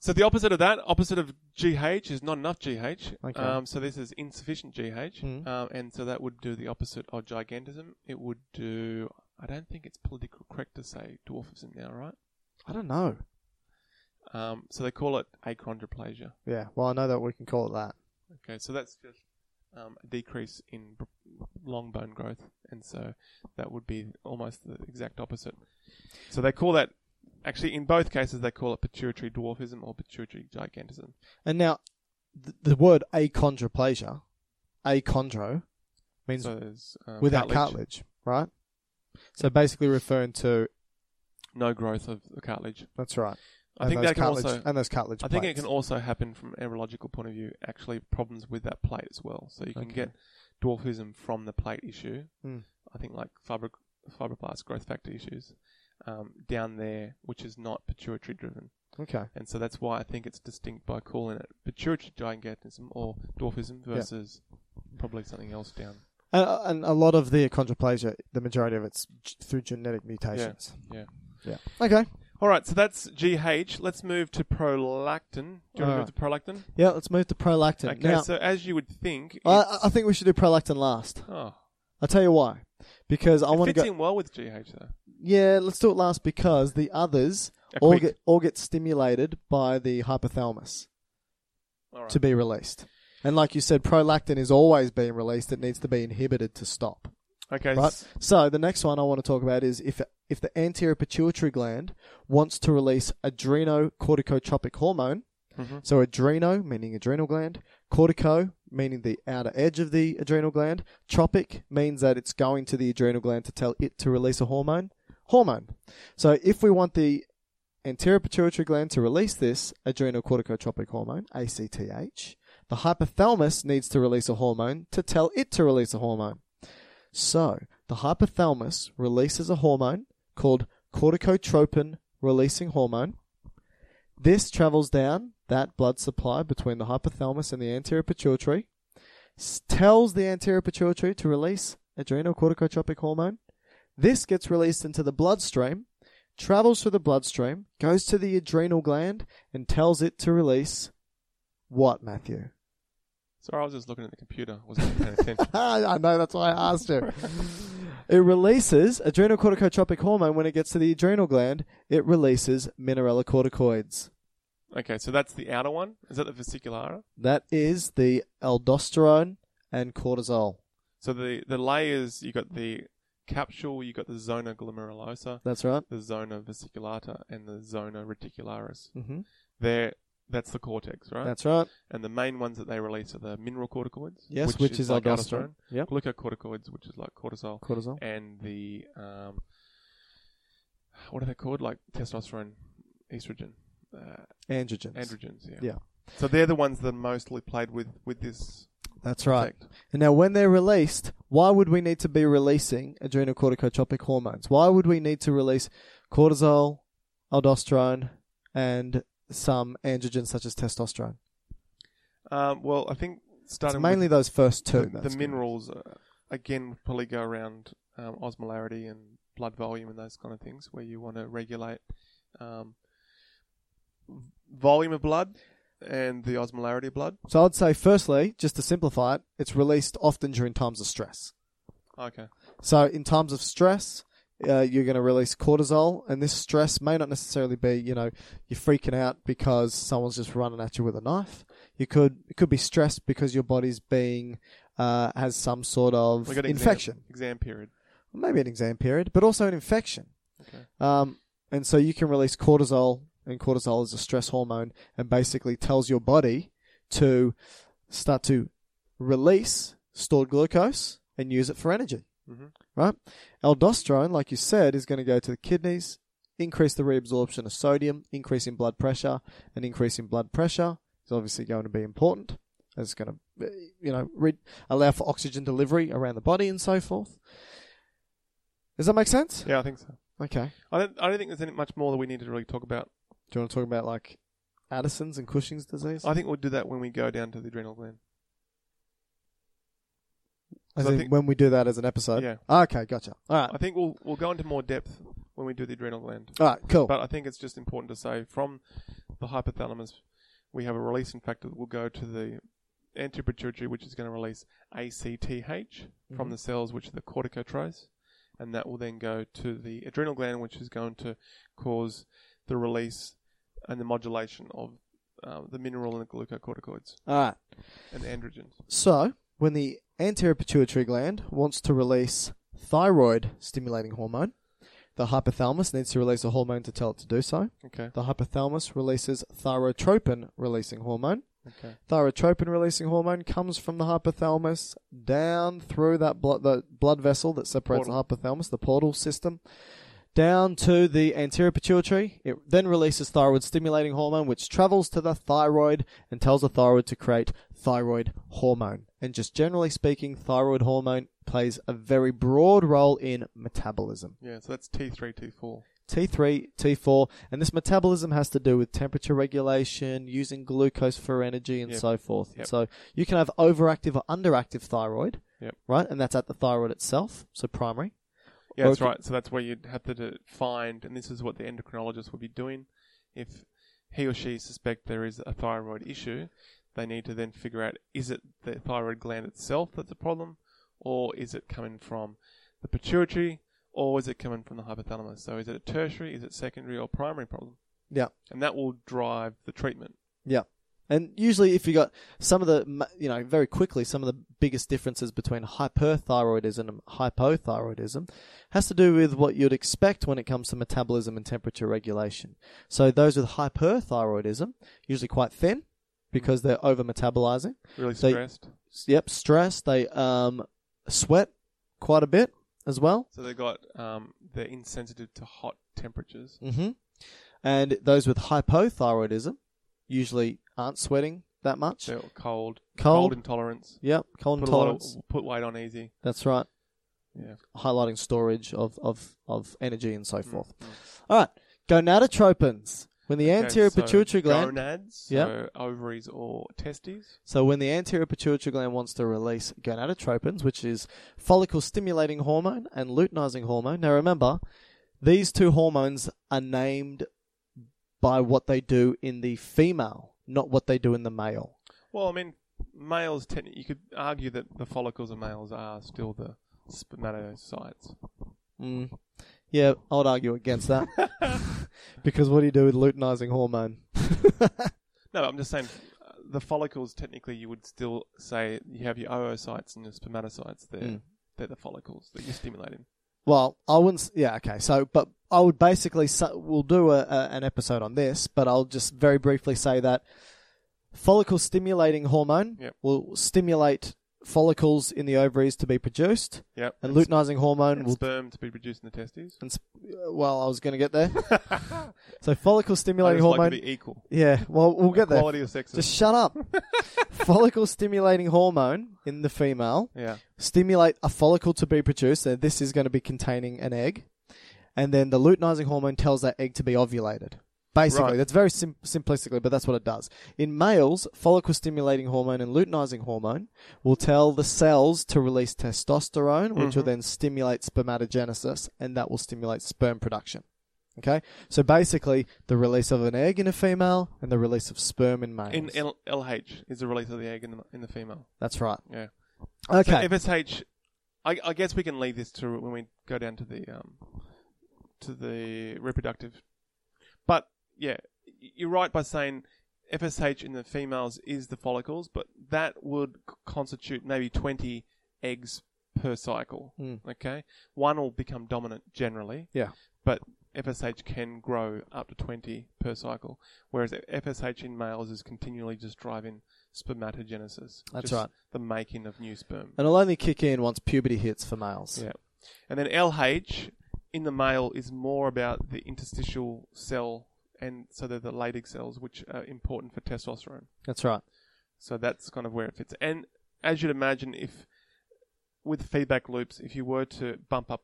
So the opposite of that, opposite of GH, is not enough GH. Okay. Um, so this is insufficient GH, Mhm. um, and so that would do the opposite of gigantism. It would do. I don't think it's political correct to say dwarfism now, right? I don't know. Um, so they call it achondroplasia. Yeah. Well, I know that we can call it that. Okay, so that's just um, a decrease in b- long bone growth, and so that would be almost the exact opposite. So they call that actually in both cases they call it pituitary dwarfism or pituitary gigantism. And now, th- the word achondroplasia, achondro, means So there's, um, without cartilage. right? So basically referring to no growth of the cartilage. that's right. I and think those that can cartilage, also and those cartilage. I think it plates. can also happen from an neurological point of view, actually problems with that plate as well. So you can Okay. get dwarfism from the plate issue. Mm. I think like fibro, fibroblast growth factor issues um, down there, which is not pituitary driven. Okay. And so that's why I think it's distinct by calling it pituitary gigantism or dwarfism Yeah. versus probably something else down. And, uh, and a lot of the achondroplasia, the majority of it's g- through genetic mutations. Yeah. Yeah. Okay. All right, so that's GH. Let's move to prolactin. Do you want to Alright. move to prolactin? Yeah. Let's move to prolactin. Okay, Uh, now, so as you would think, I- I, it's- I think we should do prolactin last. oh, I'll tell you why. Because I it want to fits go. in well with GH though. Yeah, let's do it last because the others A all quick- get, all get stimulated by the hypothalamus All right. to be released. And like you said, prolactin is always being released. It needs to be inhibited to stop. Okay. Right. s- So the next one I want to talk about is if if the anterior pituitary gland wants to release adrenocorticotropic hormone. Mhm. So adreno meaning adrenal gland, cortico meaning the outer edge of the adrenal gland, tropic means that it's going to the adrenal gland to tell it to release a hormone. Hormone. So if we want the anterior pituitary gland to release this adrenocorticotropic hormone, ACTH, the hypothalamus needs to release a hormone to tell it to release a hormone. So, the hypothalamus releases a hormone called corticotropin releasing hormone. This travels down that blood supply between the hypothalamus and the anterior pituitary, s- tells the anterior pituitary to release adrenal corticotropic hormone. This gets released into the bloodstream, travels through the bloodstream, goes to the adrenal gland, and tells it to release what, Matthew? Sorry, I was just looking at the computer. I wasn't paying attention. I know, that's why I asked you. it releases adrenocorticotropic hormone when it gets to the adrenal gland. It releases mineralocorticoids. Okay, so that's the outer one. Is that the vesiculara? That is the aldosterone and cortisol. So the the layers you got the capsule, you got the zona glomerulosa, That's right. the zona vesiculata, and the zona reticularis. Mm-hmm. There, that's the cortex, right? That's right. and the main ones that they release are the mineral corticoids, Yes, which is like aldosterone. Yep. glucocorticoids, which is like cortisol, Cortisol. and the um, what are they called? Like testosterone, estrogen, uh, Androgens. androgens. Yeah. Yeah. So they're the ones that are mostly played with with this That's right. effect. And now, when they're released, why would we need to be releasing adrenocorticotropic hormones? Why would we need to release cortisol, aldosterone, and some androgens such as testosterone? Um, well, I think It's starting mainly with those first two. the, the that's good. minerals uh, again would probably go around um, osmolarity and blood volume and those kind of things, where you want to regulate um, v- volume of blood and the osmolarity of blood. So I'd say, firstly, just to simplify it, it's released often during times of stress. Okay. So in times of stress, uh, you're going to release cortisol, and this stress may not necessarily be, you know, you're freaking out because someone's just running at you with a knife. You could it could be stressed because your body's being uh, has some sort of We got an exam- infection, Exam period. maybe an exam period, but also an infection. Okay. Um, and so you can release cortisol, and cortisol is a stress hormone and basically tells your body to start to release stored glucose and use it for energy. Mhm. Right? Aldosterone, like you said, is going to go to the kidneys, increase the reabsorption of sodium, increase in blood pressure, and increase in blood pressure is obviously going to be important. It's going to, you know, re- allow for oxygen delivery around the body and so forth. Does that make sense? Yeah, I think so. Okay. I don't. I don't think there's any much more that we need to really talk about. Do you want to talk about like Addison's and Cushing's disease? I think we'll do that when we go down to the adrenal gland. As I in think- when we do that as an episode. Ah, Yeah. Okay, gotcha. All right. I think we'll we'll go into more depth when we do the adrenal gland. All right. Cool. But I think it's just important to say from the hypothalamus, we have a releasing factor that will go to the anterior pituitary, which is going to release ACTH from Mhm. the cells, which are the corticotropes, and that will then go to the adrenal gland, which is going to cause the release and the modulation of uh, the mineral and the glucocorticoids All right. and androgens. So when the anterior pituitary gland wants to release thyroid stimulating hormone, the hypothalamus needs to release a hormone to tell it to do so. Okay. The hypothalamus releases thyrotropin releasing hormone. Okay. Thyrotropin releasing hormone comes from the hypothalamus down through that blood, the blood vessel that separates the hypothalamus, the portal system, down to the anterior pituitary. It then releases thyroid stimulating hormone, which travels to the thyroid and tells the thyroid to create thyroid hormone. And just generally speaking, thyroid hormone plays a very broad role in metabolism. Yeah, so that's T3, T4. T3, T4, and this metabolism has to do with temperature regulation, using glucose for energy, and Yep. so forth. Yep. So you can have overactive or underactive thyroid, Yep. right? And that's at the thyroid itself, so primary. Yeah, that's Okay. right. So that's where you'd have to d- find, and this is what the endocrinologist would be doing. If he or she suspect there is a thyroid issue, they need to then figure out is it the thyroid gland itself that's a problem, or is it coming from the pituitary, or is it coming from the hypothalamus? So is it a tertiary, is it secondary, or primary problem? Yeah, And that will drive the treatment. yeah. And usually, if you got some of the, ma- you know, very quickly, some of the biggest differences between hyperthyroidism and hypothyroidism has to do with what you'd expect when it comes to metabolism and temperature regulation. So those with hyperthyroidism, usually quite thin because they're over metabolizing. Really So- stressed. Yep, stress. They um, sweat quite a bit as well. So they got um, they're insensitive to hot temperatures. hmm And those with hypothyroidism usually aren't sweating that much. They're cold, Cold. intolerance. Yep, cold Put a lot of- intolerance. put weight on easy. That's right. Yeah. Mm, Highlighting storage of, of, of energy and so forth. All right, gonadotropins. When the Okay, anterior so pituitary gland. Gonads, so Yep. ovaries or testes. So when the anterior pituitary gland wants to release gonadotropins, which is follicle stimulating hormone and luteinizing hormone. Now remember, these two hormones are named by what they do in the female, not what they do in the male. Well, I mean, males, techni- you could argue that the follicles of males are still the spermatocytes. Mm. Yeah, I would argue against that. because what do you do with luteinizing hormone? No, I'm just saying uh, the follicles, technically, you would still say you have your oocytes and your spermatocytes. They're, Mm. they're the follicles that you're stimulating. Well, I wouldn't. s- Yeah, okay. So, but I would basically say, we'll do a, a, an episode on this, but I'll just very briefly say that follicle stimulating hormone Yep. will stimulate follicles in the ovaries to be produced, Yep. and luteinizing hormone and will. sperm to be produced in the testes. and sp- well, I was going to get there. Stimulating So, follicle stimulating hormone. like to be equal. yeah. Well, we'll get there. Quality of sex. Just shut up. follicle stimulating hormone in the female yeah. stimulate a follicle to be produced, and this is going to be containing an egg, and then the luteinizing hormone tells that egg to be ovulated. Basically, Right. that's very sim- simplistically, but that's what it does. In males, follicle stimulating hormone and luteinizing hormone will tell the cells to release testosterone, which will Mm-hmm. then stimulate spermatogenesis, and that will stimulate sperm production. Okay, so basically, the release of an egg in a female and the release of sperm in males. In L- LH is the release of the egg in the, in the female. that's right. Yeah. Okay, So FSH, I, I guess we can leave this to when we go down to the um, to the reproductive. But yeah, y- you're right by saying FSH in the females is the follicles, but that would c- constitute maybe 20 eggs per cycle. Hmm. Okay, one will become dominant generally, yeah. but FSH can grow up to 20 per cycle, whereas FSH in males is continually just driving spermatogenesis. That's just right. The making of new sperm. And it'll only kick in once puberty hits for males. Yeah. And then LH in the male is more about the interstitial cell, and so they're the Leydig cells, which are important for testosterone. That's right. So that's kind of where it fits. And as you'd imagine, if with feedback loops, if you were to bump up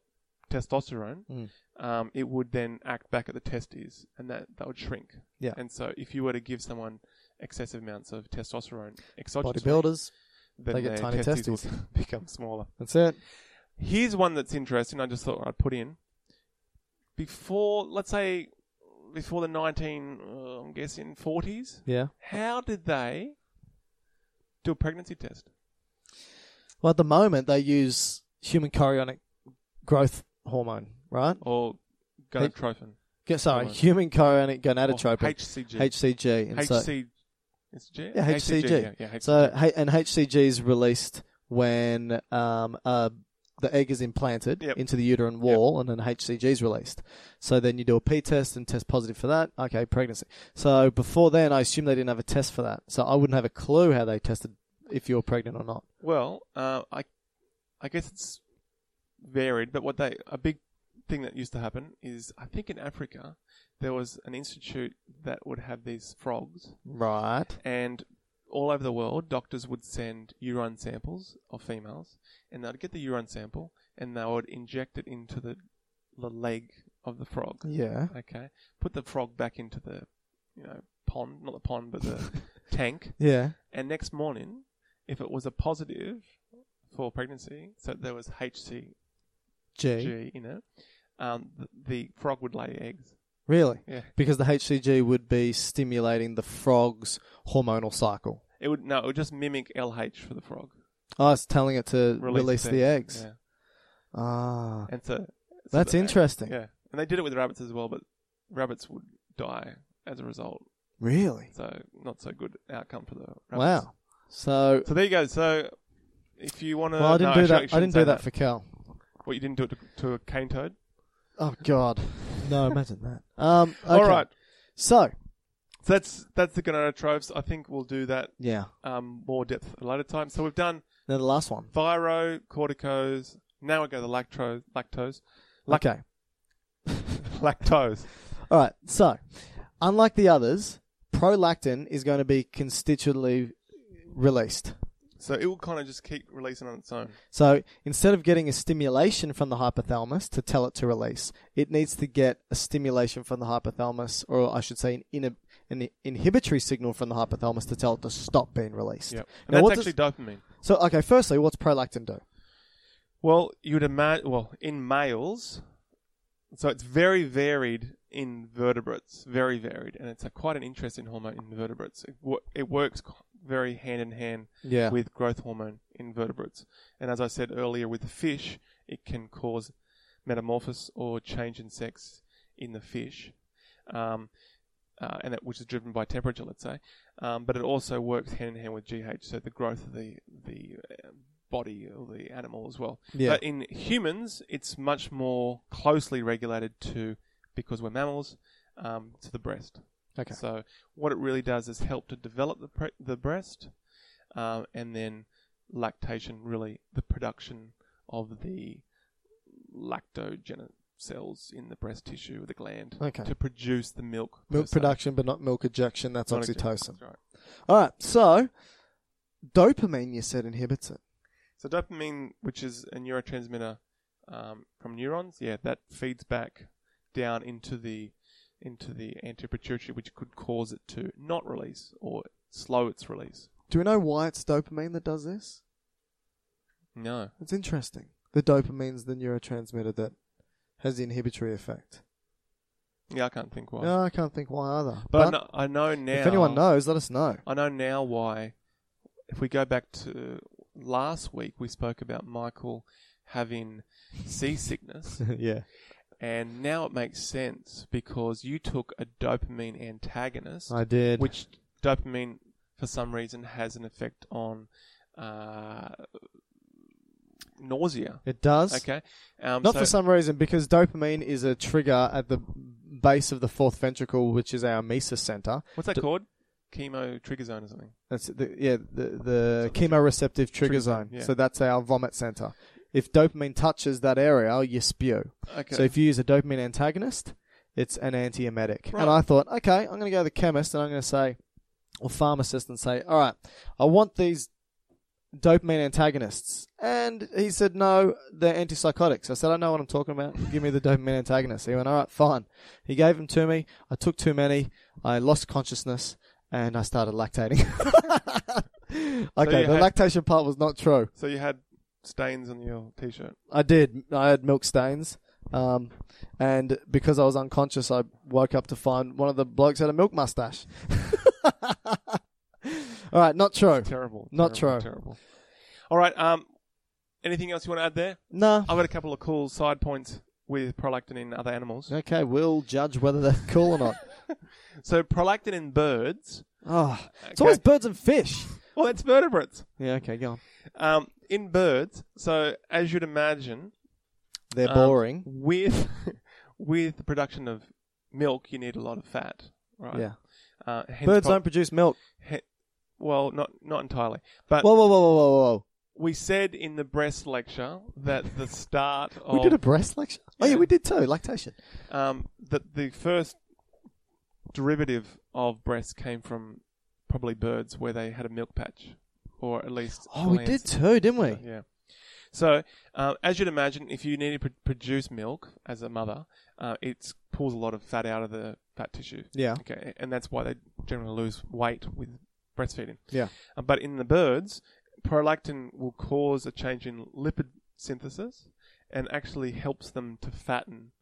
testosterone, Mm. um, it would then act back at the testes, and that that would shrink. Yeah. And so if you were to give someone excessive amounts of testosterone, exogenously, Bodybuilders. then they get their tiny testes testes. will become smaller. That's it. Here's one that's interesting. I just thought I'd put in before, let's say, before the 19, uh, I'm guessing 40s. Yeah. How did they do a pregnancy test? Well, at the moment, they use human chorionic growth hormone, right? Or gonadotropin? Go- Sorry, Hormone. Oh, human chorionic Or gonadotropin. HCG. HCG. And so- HC. Is it G? yeah, HCG. Yeah, yeah, So, H- and HCG is released when um, uh, the egg is implanted Yep. into the uterine wall and an HCG is released. So then you do a P test and test positive for that. Okay, pregnancy. So before then, I assume they didn't have a test for that. So I wouldn't have a clue how they tested if you're pregnant or not. Well, uh, I, I guess it's varied, but what they a big thing that used to happen is I think in Africa there was an institute that would have these frogs, Right. and all over the world doctors would send urine samples of females, and they'd get the urine sample and they would inject it into the the leg of the frog. Yeah. Okay, put the frog back into the you know pond, not the pond, but the tank. Yeah. And next morning, if it was a positive for pregnancy, so there was HCG G. in it, um, th- the frog would lay eggs. Really? Yeah. Because the HCG would be stimulating the frog's hormonal cycle. It would no, it would just mimic LH for the frog. Oh, it's telling it to release, its the eggs. Yeah. Ah. And so, so That's the- interesting. Yeah, and they did it with rabbits as well, but rabbits would die as a result. Really? So not so good outcome for the rabbits. Wow. So, So there you go. So if you want to, well, I didn't do that. I didn't do that, that for Cal. What you didn't do it to, to a cane toad. Oh God. No, imagine that. Um. All okay. right. So, So that's that's the gonadotrophs. I think we'll do that yeah. um, more depth at a later time. So we've done Now the last one. viro, corticos. Now we go to lactro, lactose, Lac- Okay. lactose. All right. So, unlike the others, prolactin is going to be constitutively released. So it will kind of just keep releasing on its own. So instead of getting a stimulation from the hypothalamus to tell it to release, it needs to get a stimulation from the hypothalamus, or I should say, an, inhib- an inhibitory signal from the hypothalamus to tell it to stop being released. Yep. And Now, what that's does- actually dopamine. so okay. Firstly, what's prolactin do? Well, you'd imagine. Well, in males, so it's very varied in vertebrates, very varied, and it's a, quite an interesting hormone in vertebrates. It, wo- it works qu- very hand in hand Yeah. with growth hormone in vertebrates, and as I said earlier, with fish, it can cause metamorphosis or change in sex in the fish, um, uh, and that which is driven by temperature, let's say. Um, but it also works hand in hand with GH, so the growth of the the uh, body or the animal as well. Yeah. But in humans, it's much more closely regulated to because we're mammals um, to the breast. Okay. So what it really does is help to develop the pre- the breast, um, and then lactation really the production of the lactogen cells in the breast tissue, the gland, Okay. to produce the milk. per Milk se. production, but not milk ejection. That's Not ejection, oxytocin. that's right. All right. So dopamine, you said, inhibits it. So dopamine, which is a neurotransmitter um, from neurons, yeah, that feeds back down into the into the antipituitary, which could cause it to not release or slow its release. Do we know why it's dopamine that does this? No, It's interesting. The dopamine's the neurotransmitter that has the inhibitory effect. yeah, I can't think why. No, I can't think why either. but, I, know, I know now. if anyone knows, let us know. I know now why. If we go back to last week, we spoke about Michael having seasickness, yeah. and now it makes sense because you took a dopamine antagonist. I did. which dopamine for some reason has an effect on uh, nausea. it does. Okay, um, Not so- for some reason, because dopamine is a trigger at the base of the fourth ventricle, which is our mesos center. What's that Do- called? Chemo trigger zone or something. That's the, yeah, the, the chemoreceptive trigger, Trigger zone. zone, yeah. So that's our vomit center. If dopamine touches that area, you spew. Okay. So if you use a dopamine antagonist, it's an antiemetic. Right. And I thought, okay, I'm going to go to the chemist and I'm going to say, or pharmacist and say, all right, I want these dopamine antagonists. And he said, no, they're antipsychotics. I said, I know what I'm talking about. Give me the dopamine antagonist. He went, all right, fine. He gave them to me. I took too many. I lost consciousness and I started lactating. okay, you the had- lactation part was not true. so you had stains on your t-shirt. I did. I had milk stains. Um, and because I was unconscious, I woke up to find one of the blokes had a milk mustache. All right, not true. Terrible. Not terrible, true. Terrible. All right. Um, anything else you want to add there? No. I've got a couple of cool side points with prolactin in other animals. Okay, we'll judge whether they're cool or not. So prolactin in birds. Oh, it's Okay. always birds and fish. Well, that's vertebrates. Yeah, okay, go on. Um, in birds, so as you'd imagine, They're um, boring. with with the production of milk, you need a lot of fat, right? Yeah. Uh, hence Birds prob- don't produce milk. he- well, not not entirely, but Whoa, whoa, whoa, whoa, whoa, whoa. we said in the breast lecture that the start of We did a breast lecture. Oh yeah, Yeah. we did too. Lactation. um, that the first derivative of breast came from probably birds where they had a milk patch, or at least Oh, we did glands. too, didn't we? Yeah. So, uh, as you'd imagine, if you need to pr- produce milk as a mother, uh, it pulls a lot of fat out of the fat tissue. Yeah. Okay, and that's why they generally lose weight with breastfeeding. Yeah. Uh, but in the birds, prolactin will cause a change in lipid synthesis and actually helps them to fatten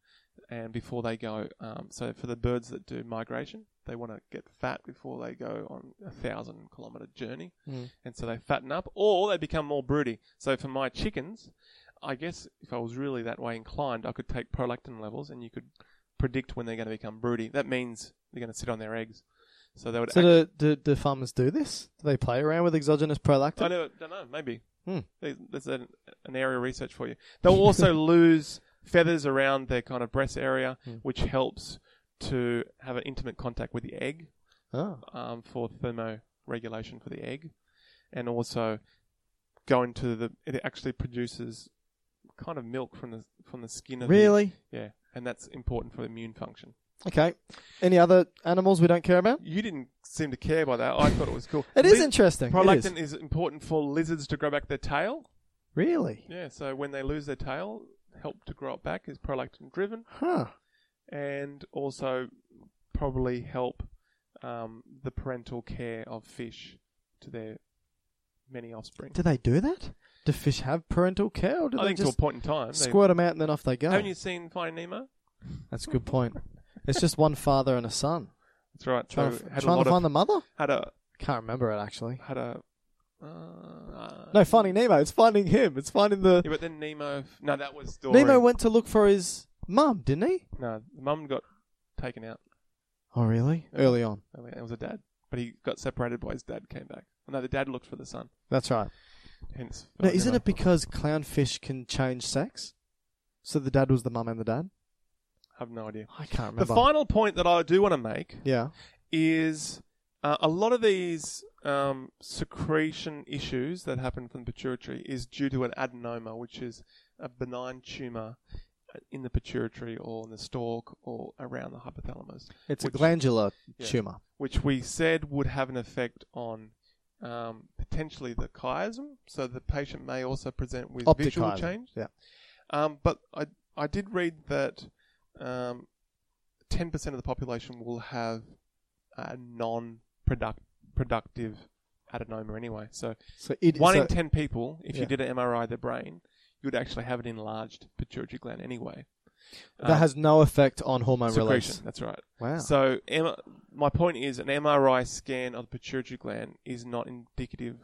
and before they go. Um, so for the birds that do migration, they want to get fat before they go on a thousand kilometer journey. Mm. And so they fatten up or they become more broody. So for my chickens, I guess if I was really that way inclined, I could take prolactin levels and you could predict when they're going to become broody. That means they're going to sit on their eggs. So they would So do, do, do farmers do this? Do they play around with exogenous prolactin? I don't, don't know. Maybe Hmm. There- there's an, an area of research for you. They'll also lose feathers around their kind of breast area, Hmm. which helps to have an intimate contact with the egg Oh. um, for thermoregulation for the egg, and also go into the. It actually produces kind of milk from the from the skin of the- Really? yeah, and that's important for immune function. Okay. Any other animals we don't care about? You didn't seem to care about that. I thought it was cool. It is Liz- interesting. It is. Prolactin is important for lizards to grow back their tail. Really? Yeah, so when they lose their tail, help to grow it back is prolactin driven, Huh. and also probably help um, the parental care of fish to their many offspring. Do they do that? Do fish have parental care, or do I they think to a just point in time. they- squirt them out and then off they go? haven't you seen Finding Nemo? That's a good point. It's just one father and a son That's right. trying, so to, had a trying lot to of- find the mother. had a Can't remember it actually. had a. Uh, No, Finding Nemo. It's finding him. It's finding the Yeah, but then Nemo. No, that was Dory. Nemo went to look for his mum, didn't he? No, mum got taken out. Oh, really? Early on. I mean, it was a dad, but he got separated by his dad. Came back. No, the dad looked for the son. That's right. Hence, Now, isn't Nemo. it because clownfish can change sex? So the dad was the mum and the dad. I have no idea. I can't The remember. final point that I do want to make yeah. is uh, a lot of these um, secretion issues that happen from the pituitary is due to an adenoma, which is a benign tumor uh, in the pituitary or in the stalk or around the hypothalamus. It's which- a glandular Yeah. tumor. which we said would have an effect on um, potentially the chiasm. So the patient may also present with Optic visual chiasm, change. yeah. Um, but I I did read that um, 10% of the population will have a non-productive productive adenoma anyway. So So it, one so- in 10 people, if Yeah. you did an MRI of their brain, you'd actually have an enlarged pituitary gland anyway. that Um, has no effect on hormone secretion. release. That's right. Wow. So M- my point is, an MRI scan of the pituitary gland is not indicative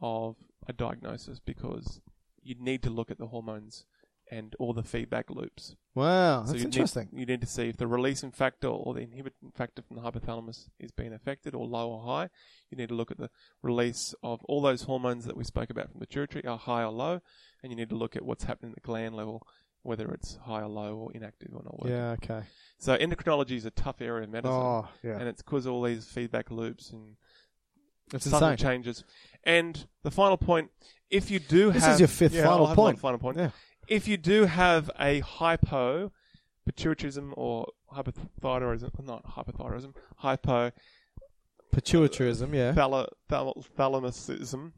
of a diagnosis because you need to look at the hormones and all the feedback loops. wow, Oh, that's you interesting. Need, you need to see if the releasing factor or the inhibiting factor from the hypothalamus is being affected or low or high. You need to look at the release of all those hormones that we spoke about from the pituitary are high or low, and you need to look at what's happening at the gland level, whether it's high or low or inactive or not working. yeah. Okay. So endocrinology is a tough area of medicine Oh, yeah. and it's caused all these feedback loops and It's subtle insane. changes. And the final point: if you do This have is your fifth Yeah, final I'll have one point. final point. Yeah. If you do have a hypo pituitarism or hypothyroidism, not hypothyroidism, hypo Pituitarism. Yeah. thal- thal- thalamusism.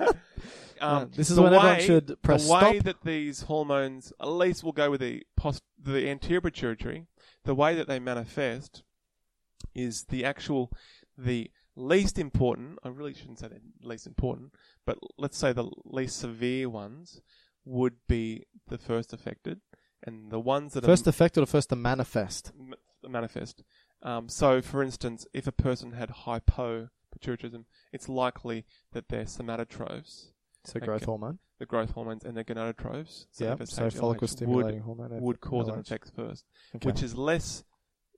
Yeah, this is Um, the when everyone way- should press the way stop. that these hormones, at least we'll go with the post, the anterior pituitary. The way that they manifest is the actual, the least important. I really shouldn't say the least important, but let's say the least severe ones would be the first affected, and the ones that First are affected or first to manifest? m- manifest. Um, so, for instance, if a person had hypopituitarism, it's likely that their somatotrophs, So growth Okay. hormone. the growth hormones, and their gonadotrophs, Yeah. FSH, So follicle LH, stimulating would, hormone. would cause an LH. effect first, Okay. which is less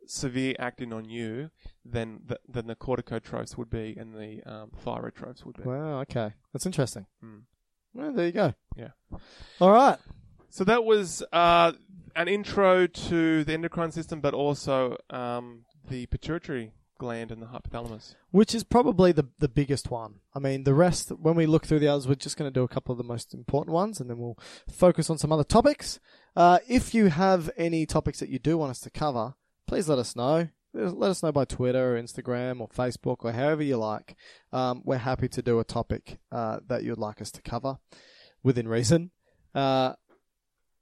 severe acting on you than the, than the corticotrophs would be and the um, thyrotrophs would be. Wow. Okay. That's interesting. Mm. Well, there you go. Yeah. All right. So that was uh, an intro to the endocrine system, but also um, the pituitary gland and the hypothalamus. Which is probably the the biggest one. I mean, the rest when we look through the others, we're just going to do a couple of the most important ones, and then we'll focus on some other topics. Uh, if you have any topics that you do want us to cover, please let us know. Let us know by Twitter or Instagram or Facebook or however you like. Um, we're happy to do a topic uh, that you'd like us to cover within reason. Uh,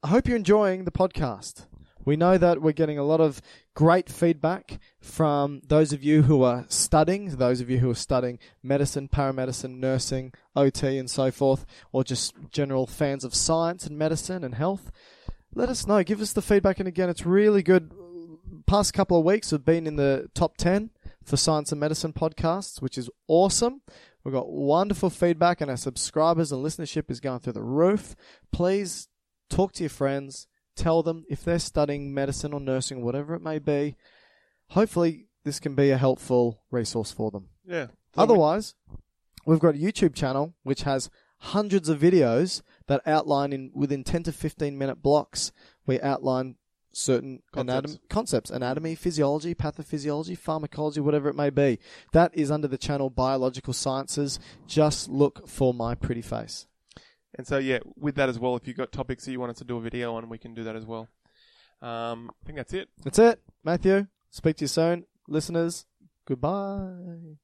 I hope you're enjoying the podcast. We know that we're getting a lot of great feedback from those of you who are studying, those of you who are studying medicine, paramedicine, nursing, OT, and so forth, or just general fans of science and medicine and health. Let us know. Give us the feedback. And again, it's really good. Past couple of weeks, we've been in the top 10 for science and medicine podcasts, which is awesome. We've got wonderful feedback, and our subscribers and listenership is going through the roof. Please talk to your friends, tell them if they're studying medicine or nursing, whatever it may be. Hopefully, this can be a helpful resource for them. Yeah. Otherwise, we've got a YouTube channel which has hundreds of videos that outline in within 10 to 15 minute blocks. We outline certain Concepts. anatomy concepts anatomy physiology pathophysiology pharmacology whatever it may be that is under the channel biological sciences just look for my pretty face And so, yeah, with that as well, if you've got topics that you want us to do a video on, we can do that as well. Um, I think that's it. That's it. Matthew, speak to you soon. Listeners, goodbye.